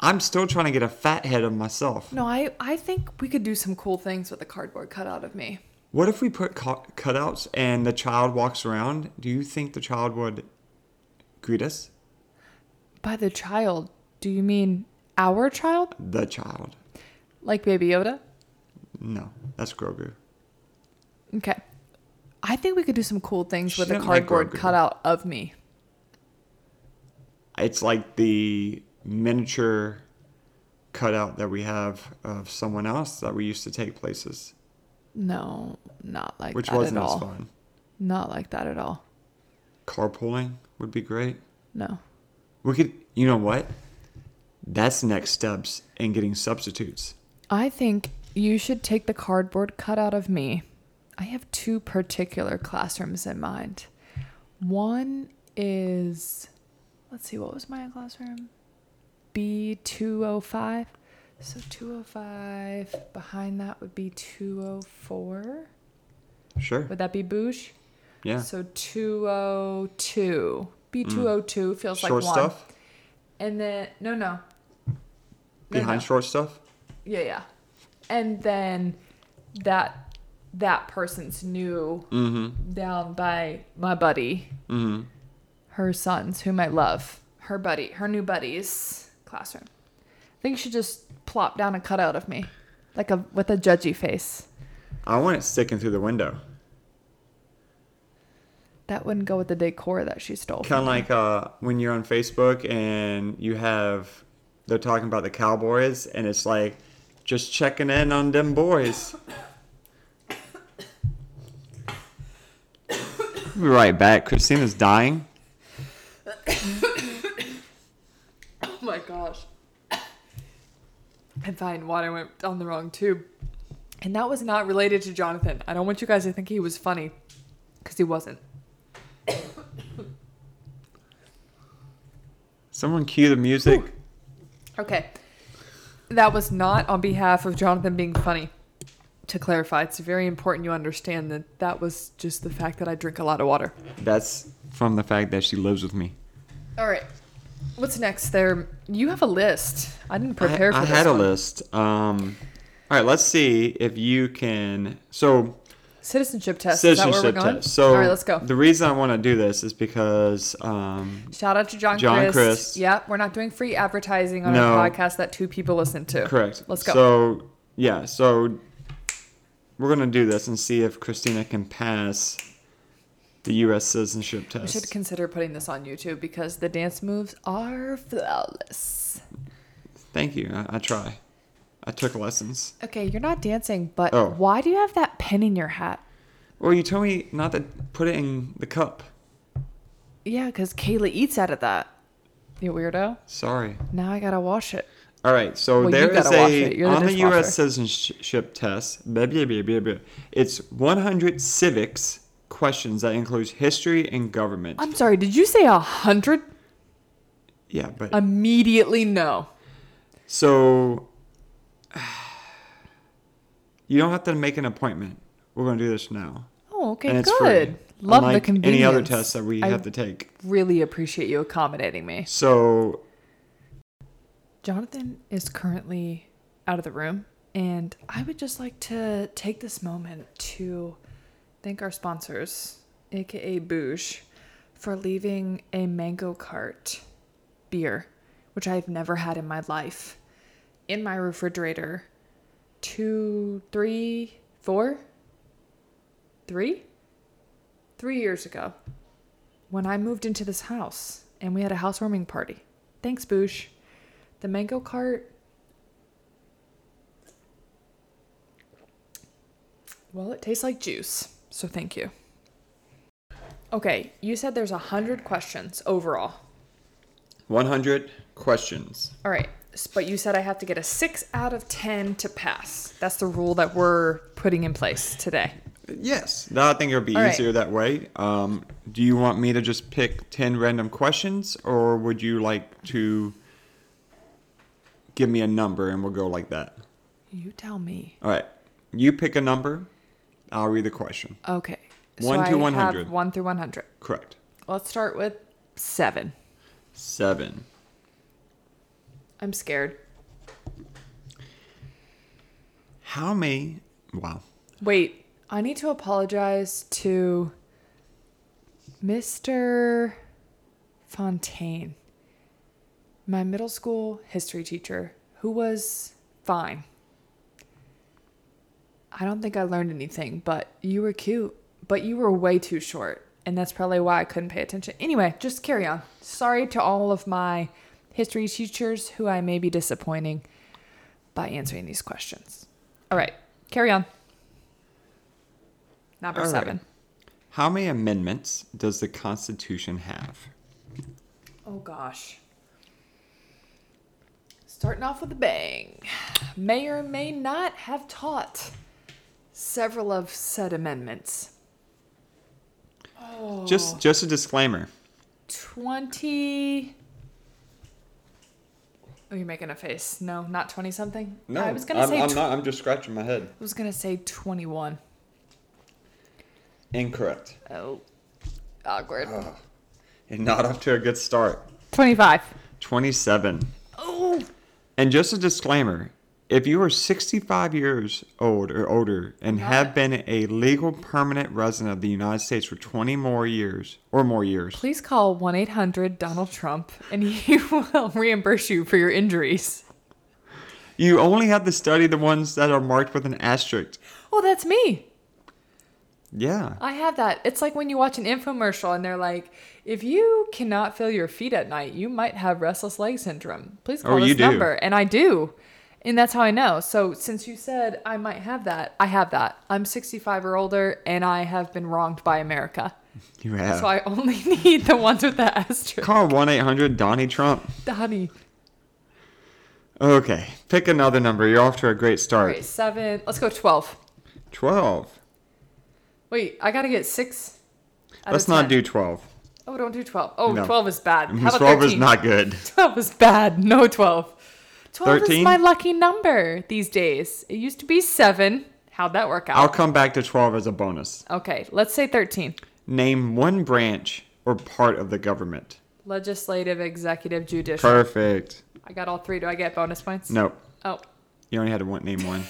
I'm still trying to get a fat head of myself.
No, I, I think we could do some cool things with a cardboard cutout of me.
What if we put cu- cutouts and the child walks around? Do you think the child would greet us?
By the child, do you mean our child?
The child.
Like Baby Yoda?
No, that's Grogu.
Okay. I think we could do some cool things
She
with a
didn't like
cardboard
Grogu.
cutout of me.
It's like the miniature cutout that we have of someone else that we used to take places,
No, not like
which
that
wasn't
at
as
all.
fun.
Not like that at all.
Carpooling would be great.
No.
We could, you know what? That's next steps in getting substitutes.
I think you should take the cardboard cutout of me. I have two particular classrooms in mind. One is, let's see, what was my classroom? B205. So 205, behind that would be 204.
Sure.
Would that be Bouge?
Yeah.
So 202. B202 feels
Mm. Short
like one.
stuff?
And then, no, no. No,
Behind
no.
short stuff?
Yeah, yeah. And then that that person's new down by my buddy,
Mm-hmm.
her sons, whom I love, her buddy, her new buddy's classroom. I think you should just plop down a cutout of me, like a with a judgy face.
I want it sticking through the window.
That wouldn't go with the decor that she stole.
Kind of like uh, when you're on Facebook and you have, they're talking about the Cowboys, and it's like, just checking in on them boys. we'll be right back. Christina's dying.
oh my gosh! And fine, water went on the wrong tube, and that was not related to Jonathan. I don't want you guys to think he was funny, because he wasn't.
Someone cue the music.
Okay. That was not on behalf of Jonathan being funny. To clarify, it's very important you understand that that was just the fact that I drink a lot of water.
That's from the fact that she lives with me.
All right. What's next there? You have a list. I didn't prepare
I,
for
I
this.
had
one.
a list. Um, all right, let's see if you can. So
Citizenship test. Is that where
Citizenship
we're going?
test. So
all right, let's go.
The reason I want to do this is because um,
Shout out to John.
John
Christ.
Christ.
Yep, we're not doing free advertising on
No.
a podcast that two people listen to.
Correct.
Let's go.
So, yeah, so we're going to do this and see if Christina can pass the U.S. citizenship
I should
test.
consider putting this on YouTube because the dance moves are flawless.
Thank you. I, I try. I took lessons.
Okay, you're not dancing, but
Oh.
why do you have that pen in your hat?
Well, you told me not to put it in the cup.
Yeah, because Kayla eats out of that. You weirdo.
Sorry.
Now I gotta wash it.
All right. So
Well, you
there is
gotta wash it.
a
You're the
on the U.S.
dishwasher.
citizenship test. Blah, blah, blah, blah, blah. It's 100 civics questions that includes history and government.
I'm sorry, did you say a hundred?
yeah, but
Immediately no.
So you don't have to make an appointment. We're going to do this now.
Oh, okay,
and it's
good.
free.
Love the
unlike
convenience.
Any other tests that we
I
have to take.
really appreciate you accommodating me.
So
Jonathan is currently out of the room, and I would just like to take this moment to thank our sponsors, aka Bouge, for leaving a mango cart beer, which I've never had in my life, in my refrigerator. Two, three, four, three, three years ago, when I moved into this house and we had a housewarming party. Thanks, Bouge. The mango cart. Well, it tastes like juice, so thank you. Okay, you said there's a hundred questions overall.
100 questions.
All right, s- but you said I have to get a six out of ten to pass. That's the rule that we're putting in place today.
Yes, that I think it'll be
All right.
easier that way. Um, do you want me to just pick 10 random questions or would you like to give me a number and we'll go like that?
You tell me.
All right. You pick a number. I'll read the question.
Okay.
One to
I have
100.
One through one hundred.
Correct.
Let's start with seven.
Seven.
I'm scared.
How many? Wow.
Wait, I need to apologize to Mr. Fontaine, my middle school history teacher, who was fine. I don't think I learned anything, but you were cute, but you were way too short. And that's probably why I couldn't pay attention. Anyway, just carry on. Sorry to all of my history teachers who I may be disappointing by answering these questions. All right, carry on. Number
All right.
seven.
How many amendments does the Constitution have?
Oh gosh. Starting off with a bang. May or may not have taught several of said amendments. Oh.
Just just a disclaimer.
20 Oh, you're making a face. No, not 20 something. I was going to
I'm,
say
I'm
tw-
not. I'm just scratching my head.
I was going to say 21.
Incorrect.
Oh. Awkward.
Uh. And not off to a good start.
25.
Twenty-seven.
Oh.
And just a disclaimer. If you are 65 years old or older and have been a legal permanent resident of the United States for 20 more years or more years,
Please call 1 800 Donald Trump and he will reimburse you for your injuries.
you only have to study the ones that are marked with an asterisk.
Oh, that's me.
Yeah.
I have that. It's like when you watch an infomercial and they're like, if you cannot feel your feet at night, you might have restless leg syndrome. Please call
Oh,
this
you do.
number. And I do. And that's how I know. So since you said I might have that, I have that. I'm 65 or older and I have been wronged by America.
You have.
So I only need the ones with the asterisk.
Call 1 800 Donnie Trump.
Honey.
Okay, pick another number. You're off to a great start.
Wait, seven. Let's go 12.
12.
Wait, I got to get six. out of
Let's not
10.
do 12.
Oh, don't do 12. Oh,
No.
12 is bad. How about
12 is
13?
not good.
12 is bad. No 12. 12 is
13?
my lucky number these days. It used to be 7. How'd that work
I'll
out?
come back to 12 as a bonus.
okay, let's say 13.
Name one branch or part of the government.
Legislative, executive, judicial.
Perfect.
I got all three. Do I get bonus points?
Nope.
Oh,
You only had to one, name one.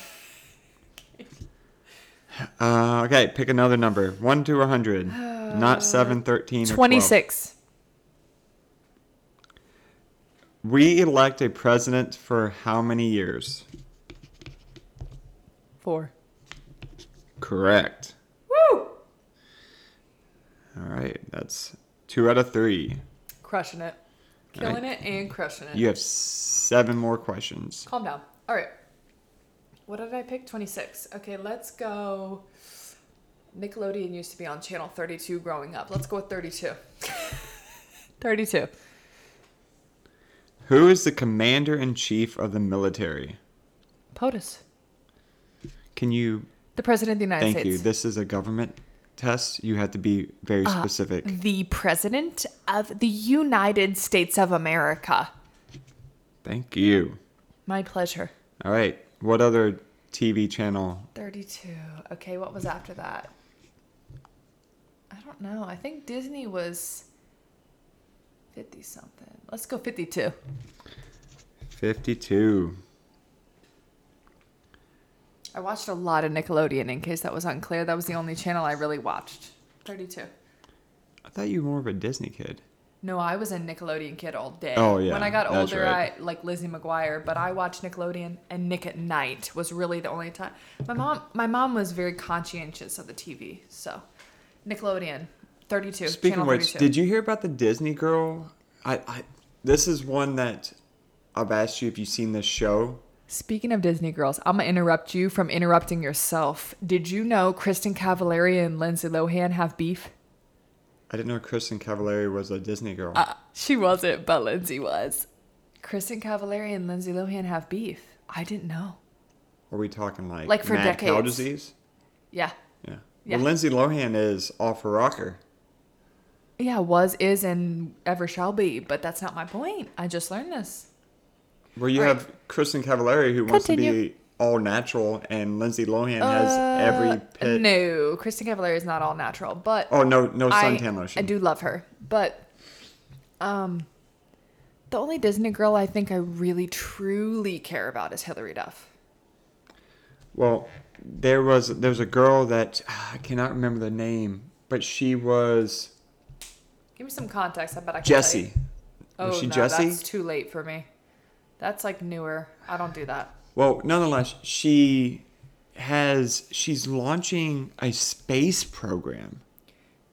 Uh, okay, pick another number. 1 to 100. Not 7, 13, or 12.
26.
We elect a president for how many years?
Four.
Correct.
Woo!
All right, that's two out of three.
Crushing it. Killing it and crushing it.
You have seven more questions.
Calm down. All right. What did I pick? 26. Okay, let's go. Nickelodeon used to be on channel 32 growing up. Let's go with 32. 32.
Who is the commander in chief of the military?
POTUS.
Can you?
The President of the United
Thank
States. Uh-huh.
you. This is a government test. You have to be very specific.
the President of the United States of America.
Thank you.
My pleasure.
All right. What other TV channel?
32. Okay, what was after that? I don't know. I think Disney was 50 something. Let's go 52.
52.
I watched a lot of Nickelodeon in case that was unclear. That was the only channel I really watched. 32.
I thought you were more of a Disney kid.
No, I was a Nickelodeon kid all day.
Oh, yeah,
When I got
that's
older,
right.
I like Lizzie McGuire, but I watched Nickelodeon and Nick at Night was really the only time. My mom, my mom was very conscientious of the TV, so Nickelodeon, thirty-two.
Speaking
channel
of which,
32.
did you hear about the Disney girl? I, I this is one that I've asked you if you've seen this show.
Speaking of Disney girls, I'm gonna interrupt you from interrupting yourself. Did you know Kristen Cavallari and Lindsay Lohan have beef?
I didn't know Kristen Cavallari was a Disney girl.
Uh, she wasn't, but Lindsay was. Kristen Cavallari and Lindsay Lohan have beef. I didn't know.
Are we talking like
like for
mad cow
decades.
disease?
Yeah.
Yeah.
Yeah.
Well, Lindsay Lohan is off her rocker.
Yeah, was, is, and ever shall be, but that's not my point. I just learned this.
Where you
All right.
have Kristen Cavallari who wants to
Continue. Uh,
be all natural, and Lindsay Lohan has every pit.
No, Kristen Cavallari is not all natural, but
Oh no, no
I,
suntan lotion.
I do love her. But um, the only Disney girl I think I really truly care about is Hilary Duff.
Well, there was there was a girl that ah, I cannot remember the name, but she was
Give me some context. I bet I can tell you.
Jessie.
Oh,
Was she
no,
Jessie?
that's too late for me. That's like newer. I don't do that.
Well, nonetheless, she has she's launching a space program.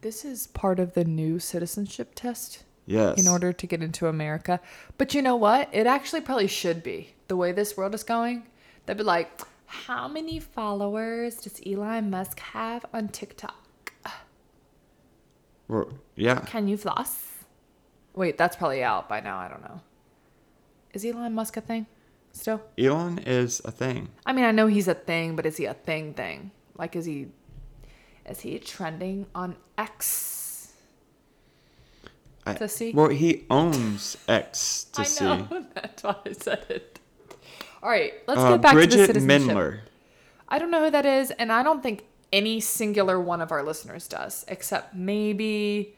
This is part of the new citizenship test.
Yes.
in order to get into America. But you know what? It actually probably should be the way this world is going. They'd be like, how many followers does Elon Musk have on TikTok?
Well, yeah.
Can you floss? Wait, that's probably out by now. I don't know. Is Elon Musk a thing still?
Elon is a thing.
I mean, I know he's a thing, but is he a thing thing? Like, is he is he trending on X?
I-
To see?
Well, he owns X to
I
see.
know. That's why I said it. All right, let's
Uh,
get back
Bridget
to the citizenship.
Mendler.
I don't know who that is, and I don't think any singular one of our listeners does, except maybe.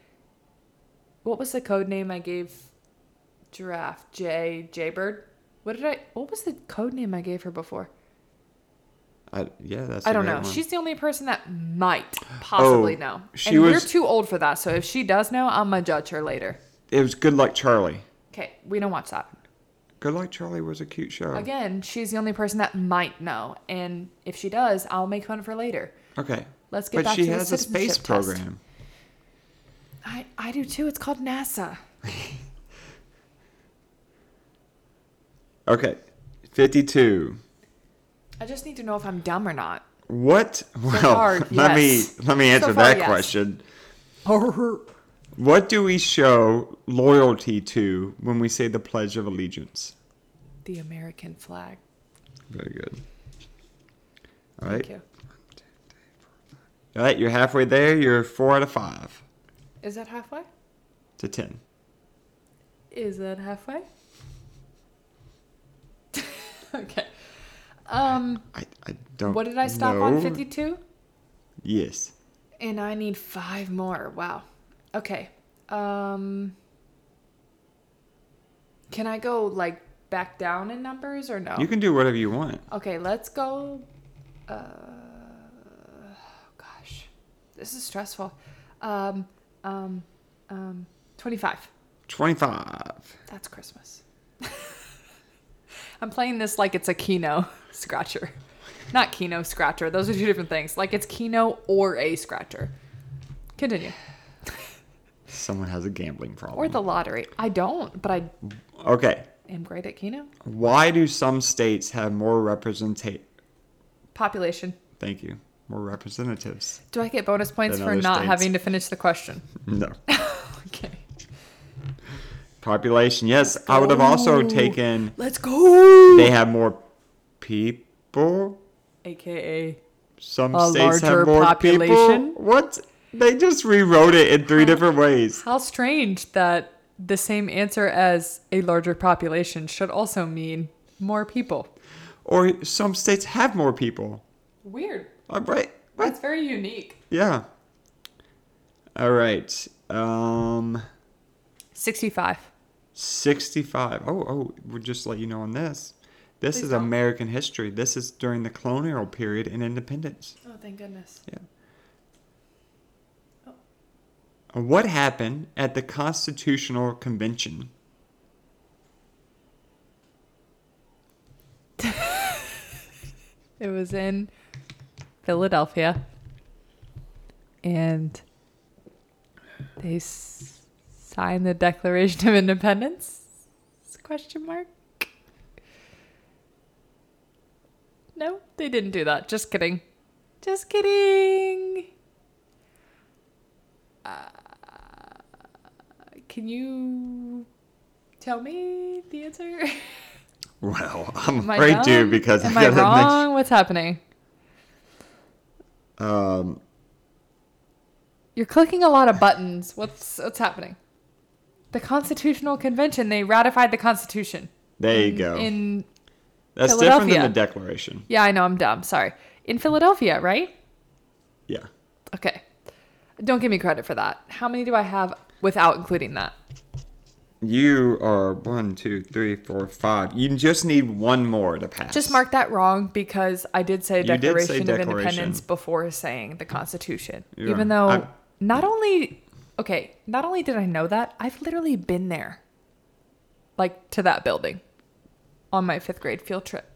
What was the code name I gave Giraffe? J Jaybird. What did I? What was the code name I gave her before?
I, yeah, that's.
I
the
don't
right
know.
one.
She's the only person that might possibly
Oh,
know,
she
and
was-
we're too old for that. So if she does know, I'm gonna judge her later.
It was Good Luck Charlie.
Okay, we don't watch that.
Good Luck Charlie was a cute show.
Again, she's the only person that might know, and if she does, I'll make fun of her later.
Okay.
Let's get
But
back
she
to the
has a space
citizenship test.
program.
I, I do too. It's called NASA.
Okay. Fifty-two.
I just need to know if I'm dumb or not.
What? Well,
far,
let
yes.
me let me answer
far,
that
yes.
question. What do we show loyalty to when we say the Pledge of Allegiance?
The American flag.
Very good. All
Thank
right.
you.
All right, you're halfway there. You're four out of five
Is that halfway?
to ten.
Is that halfway? okay. Um,
I, I don't.
what did I stop on?
know.
52?
Yes.
And I need five more. Wow. Okay. Um, can I go like back down in Oh. numbers or no?
You can do whatever you want.
Okay, let's go. Uh, This is stressful. Um, um, um, 25.
25.
That's Christmas. I'm playing this like it's a Kino scratcher. Not Kino scratcher. Those are two different things. Like it's Kino or a scratcher. Continue.
Someone has a gambling problem.
Or the lottery. I don't, but I
okay.
am great at Kino.
Why do some states have more representat?
Population.
Thank you. More representatives.
Do I get bonus points
Than
for
other
not
states.
having to finish the question?
No.
Okay.
Population. Yes, I would have also taken
Let's go.
they have more people.
AKA.
Some
A
states
larger
have more
population?
people. What? They just rewrote it in three different ways.
How strange that the same answer as a larger population should also mean more people.
Or some states have more people.
Weird.
All right. What?
That's very unique.
Yeah. All right. Um,
65.
65. Oh, oh, we'll just let you know on this. This
Please
is
don't.
American history. This is during the colonial period and independence.
Oh, thank goodness.
What happened at the Constitutional Convention?
It was in Philadelphia. And they s- signed the Declaration of Independence? Question mark. No, they didn't do that. Just kidding. Just kidding. Uh, can you tell me the answer?
Well, I'm
Am I
afraid to
dumb?
because
am
I
I
gotta
wrong? What's happening?
make um
You're clicking a lot of buttons. What's what's happening? The Constitutional Convention. They ratified the Constitution.
there you go.
In
That's different than the
Philadelphia.
Declaration.
yeah, I know I'm dumb. Sorry. In Philadelphia, right?
Yeah.
Okay. Don't give me credit for that. How many do I have without including that?
You are one, two, three, four, five. You just need one more to pass.
Just mark that wrong because I did say
did say
Declaration of
Declaration.
Independence before saying the Constitution.
Yeah,
Even though
I-
not only okay, not only did I know that, I've literally been there. Like to that building on my 5th grade field trip.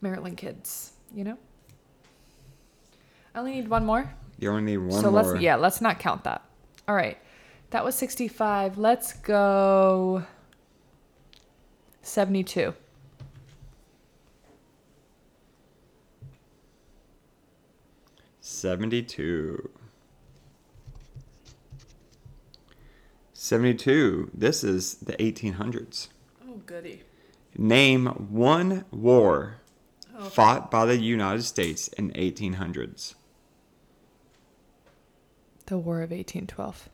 Maryland kids, you know? I only need one more.
You only need one
so
more.
let's yeah, let's not count that. All right. That was 65. Let's go 72.
Seventy-two. Seventy-two. This is the eighteen hundreds.
Oh goody.
Name one war
Oh.
fought by the United States in eighteen hundreds.
The War of 1812.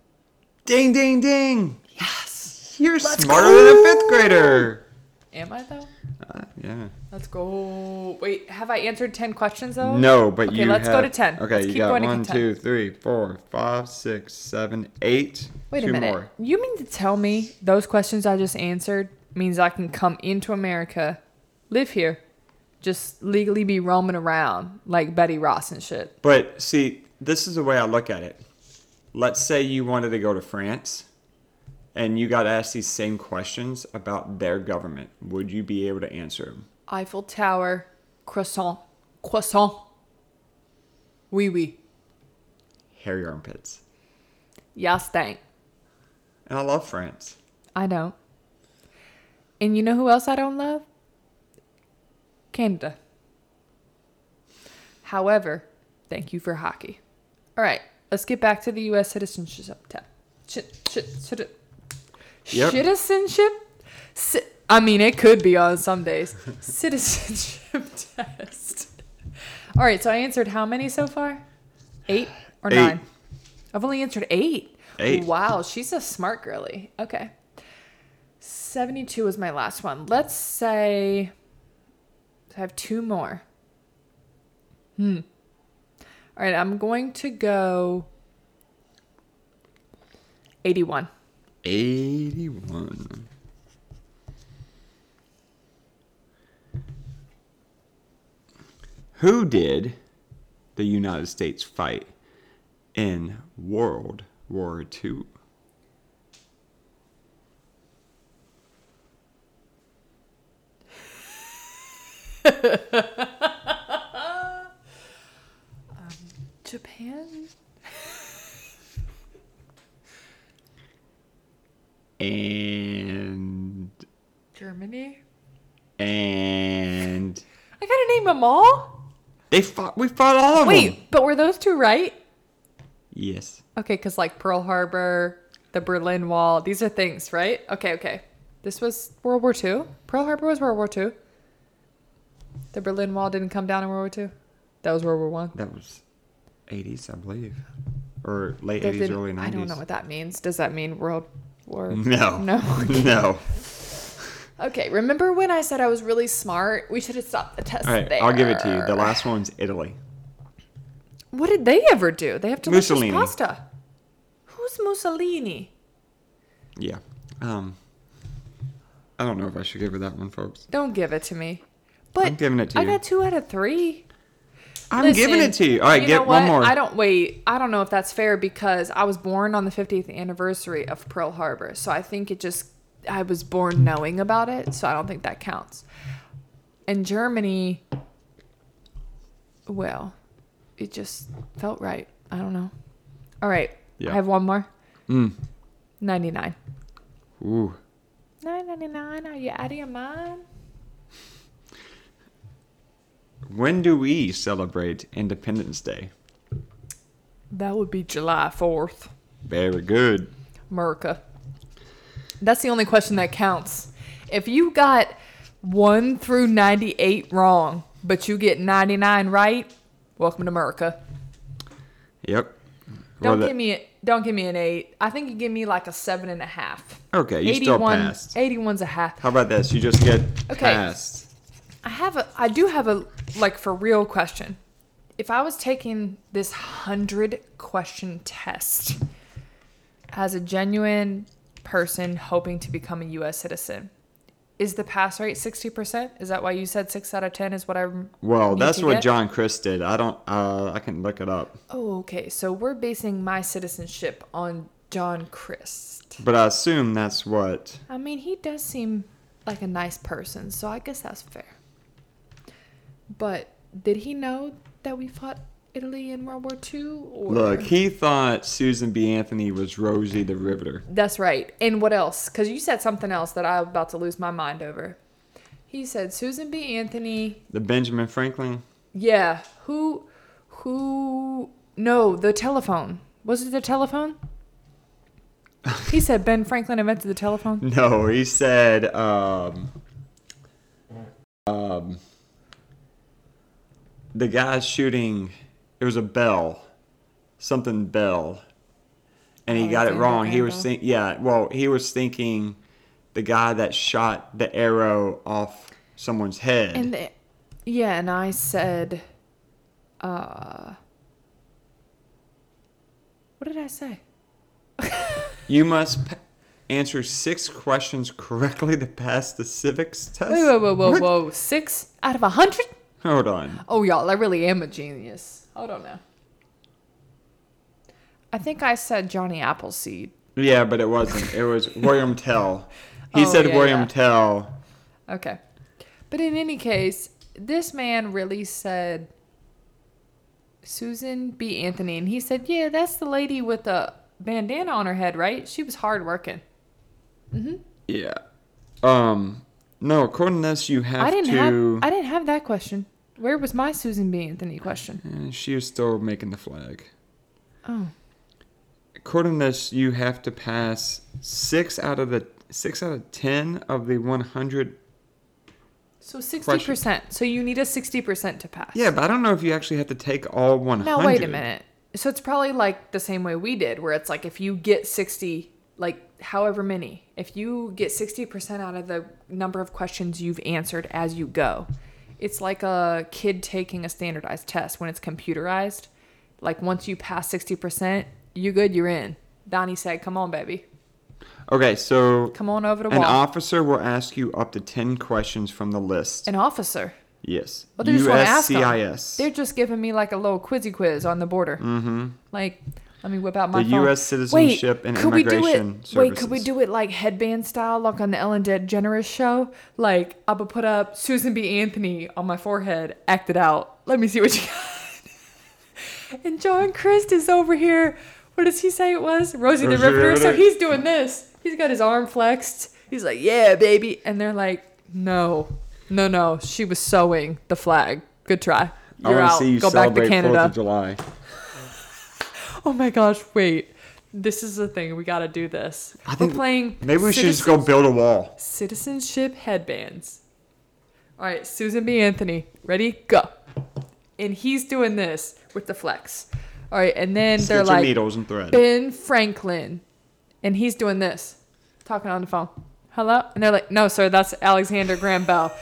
Ding, ding, ding!
Yes.
You're smarter than a fifth grader.
Am I though?
Uh, yeah.
Let's go. Wait, have I answered 10 questions though?
No, but
Okay,
you.
let's go
have-
to 10.
Okay,
Let's
you
keep
got
going to
one,
10.
two, three, four, five, six, seven, eight.
Wait
Two
a minute.
More.
You mean to tell me those questions I just answered means I can come into America, live here, just legally be roaming around like Betty Ross and shit?
But see, this is the way I look at it. Let's say you wanted to go to France and you got asked these same questions about their government. Would you be able to answer them?
Eiffel Tower, croissant, croissant, oui oui,
Hairy armpits.
yes thank.
And I love France.
I don't. And you know who else I don't love? Canada. However, thank you for hockey. All right, let's get back to the U.S. citizenship tab. Shit, shit, shit.
Yep.
Citizenship? Ci- I mean, it could be on some days. citizenship test. All right, so I answered how many so far? Eight or
Eight.
nine? I've only answered eight.
Eight.
Wow, she's a smart girly. Okay. 72 was my last one. Let's say I have two more. Hmm. All right, I'm going to go 81.
81. Who did the United States fight in World War II?
Japan?
And
Germany?
and
I gotta name them all?
they fought. We fought all of them.
Wait, but were those two right?
Yes.
Okay, because like Pearl Harbor, the Berlin Wall, these are things, right? Okay, okay. This was World War II. Pearl Harbor was World War II. The Berlin Wall didn't come down in World War II. That was World War One.
That was 80s, I believe, or late
That
80s,
didn't-
early Mm-hmm. 90s.
I don't know what that means. Does that mean World War?
No.
No.
no.
Okay. Remember when I said I was really smart? We should have stopped the test
All right,
there.
I'll give it to you. The last one's Italy.
What did they ever do? They have to
Mussolini.
pasta. Who's Mussolini?
Yeah. Um, I don't know if I should give her that one, folks.
Don't give it to me. But
I'm giving it to
I
you.
got two out of three.
I'm giving
Listen,
it to you. All right,
know
get
what?
one more.
I don't wait. I don't know if that's fair because I was born on the 50th anniversary of Pearl Harbor, so I think it just I was born knowing about it, so I don't think that counts. And Germany, well, it just felt right. I don't know. All right,
Yeah.
I have one more.
Mm.
99.
Ooh.
999. Are you out of your mind?
When do we celebrate Independence Day?
That would be July 4th.
Very good.
America. That's the only question that counts. If you got 1 through 98 wrong, but you get 99 right, welcome to America.
Yep. Well,
Don't
that-
give me a, don't give me an 8. I think you give me like a 7 and a half.
Okay, you still passed.
81's a half.
How about this? You just get
Okay.
passed.
I have a I do have a like for real question. If I was taking this 100 question test as a genuine person hoping to become a US citizen, is the pass rate 60%? Is that why you said 6 out of 10 is what I rem-
Well,
need
that's
to
what
get?
John Chris did. I don't. Uh, I can look it up,
Oh, okay. So we're basing my citizenship on John Christ.
but I assume that's what.
I mean, he does seem like a nice person, so I guess that's fair. But did he know that we fought Italy in World War II? Or...
Look, he thought Susan B. Anthony was Rosie the Riveter.
That's right. And what else? Because you said something else that I'm about to lose my mind over. He said Susan B. Anthony.
The Benjamin Franklin.
Yeah. Who? Who? No, the telephone. Was it the telephone? he said Ben Franklin invented the telephone.
No, he said. Um, um, the guy shooting. It was a bell, something bell, and he got it
Alexander
wrong. He was
Graham
think, yeah. Well, he was thinking the guy that shot the arrow off someone's head.
And the, yeah, and I said, uh, what did I say?
you must p- answer six questions correctly to pass the civics test.
Wait, whoa, whoa, whoa, whoa! Six out of a hundred.
Hold on.
Oh, y'all, I really am a genius. Hold on now. I think I said Johnny Appleseed.
Yeah, but it wasn't. It was William Tell. He
Oh,
said
yeah,
William
yeah.
Tell.
Okay. But in any case, this man really said Susan B. Anthony. And he said, Yeah, that's the lady with the bandana on her head, right? She was hard working.
Yeah. Um. No, according to this, you have
I didn't
to.
have I didn't have that question. Where was my Susan B. Anthony question?
Eh, she was still making the flag.
Oh.
According to this, you have to pass six out of the six out of ten of the one hundred.
So sixty percent. So you need a sixty percent to pass.
Yeah, but I don't know if you actually have to take all one hundred.
Now wait a minute. So it's probably like the same way we did, where it's like if you get sixty, like however many, if you get sixty percent out of the number of questions you've answered as you go, it's like a kid taking a standardized test when it's computerized. Like once you pass sixty percent, you good, you're in. Donnie said, "Come on, baby,
Okay, so
come on over to
an
wall."
officer will ask you up to ten questions from the list.
An officer.
yes.
Well, they just want to ask them.
USCIS.
They're just giving me like a little quizzy quiz on the border. Mm-hmm. Like, Let me whip out my
The
phone.
U.S. Citizenship and
could we do
Immigration
it?
Services.
Wait, could we do it like headband style, like on the Ellen DeGeneres show? Like I would put up Susan B. Anthony on my forehead, act it out. Let me see what you got. and John Christ is over here. What does he say it was? Rosie the
Rosie the
Riveter. So
Riveter.
he's doing this. He's got his arm flexed. He's like, "Yeah, baby," and they're like, "No, no, no." She was sewing the flag. Good try.
I
You're
wanna
out.
see you
Go back to
celebrate Fourth
Canada.
of July.
Oh my gosh, wait. This is the thing. We got to do this.
I think
We're playing.
Maybe we should just go build a wall.
Citizenship headbands. All right, Susan B. Anthony. Ready? Go. And he's doing this with the flex. All right, and then
Just
they're
get your
like
needles and thread.
Ben Franklin. And he's doing this, talking on the phone. Hello? And they're like, no, sir, that's Alexander Graham Bell.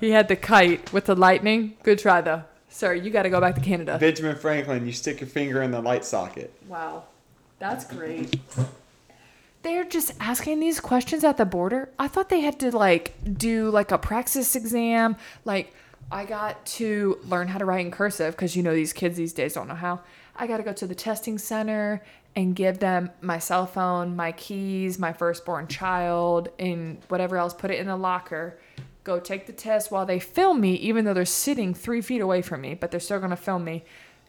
He had the kite with the lightning. Good try, though. Sir, you got to go back to Canada.
Benjamin Franklin, you stick your finger in the light socket.
Wow, that's great. They're just asking these questions at the border. I thought they had to like do like a praxis exam. Like I got to learn how to write in cursive because you know these kids these days don't know how. I got to go to the testing center and give them my cell phone, my keys, my firstborn child, and whatever else. Put it in the locker. Go take the test while they film me, even though they're sitting three feet away from me, but they're still gonna film me.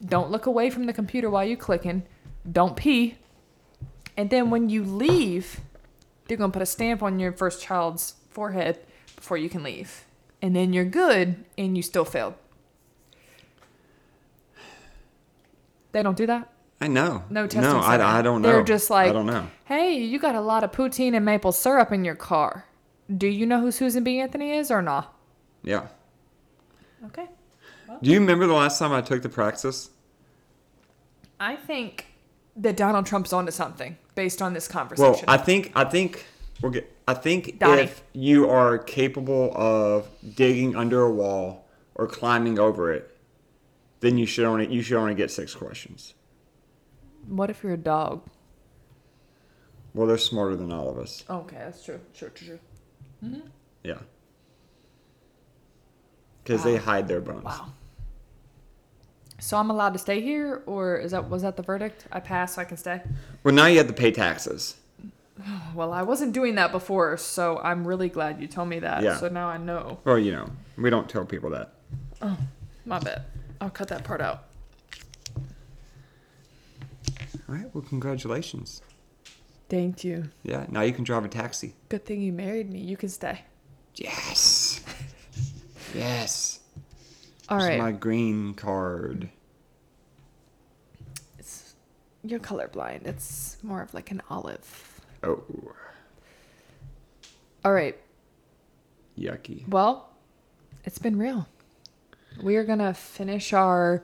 Don't look away from the computer while you're clicking. Don't pee. And then when you leave, they're going to put a stamp on your first child's forehead before you can leave. And then you're good and you still failed. They don't do that?
I know.
No testing
No,
center.
I, I don't know.
They're just like,
I don't know.
hey, you got a lot of poutine and maple syrup in your car. Do you know who Susan B. Anthony is or not?
Yeah.
Okay.
Do you remember the last time I took the praxis?
I think that Donald Trump's onto something based on this conversation.
Well, I think I think we're get, I think
Donnie.
if you are capable of digging under a wall or climbing over it, then you should only you should only get six questions.
what if you're a dog?
Well, they're smarter than all of us.
Okay, that's true. True, true, true.
Yeah. Because they hide their bones.
Wow. So I'm allowed to stay here, or is that was that the verdict? I pass, so I can stay.
Well, now you have to pay taxes.
Well, I wasn't doing that before, so I'm really glad you told me that.
Yeah.
So now I know.
Well, you know, we don't tell people that.
My bad. I'll cut that part out.
All right. Well, congratulations.
Thank you.
Yeah. Now you can drive a taxi.
Good thing you married me. You can stay.
Yes. yes.
All
It's
right.
my green card.
It's, you're colorblind. It's more of like an olive.
Oh,
All right.
yucky.
Well, it's been real. We are going to finish our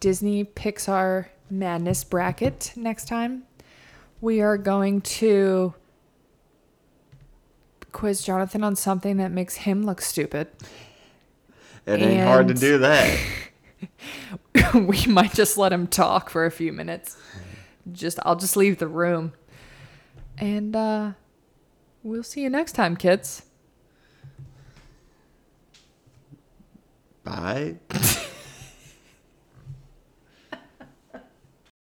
Disney Pixar madness bracket next time. We are going to quiz Jonathan on something that makes him look stupid.
It ain't hard to
And-
do that.
we might just let him talk for a few minutes. Just I'll just leave the room. And uh we'll see you next time, kids.
Bye.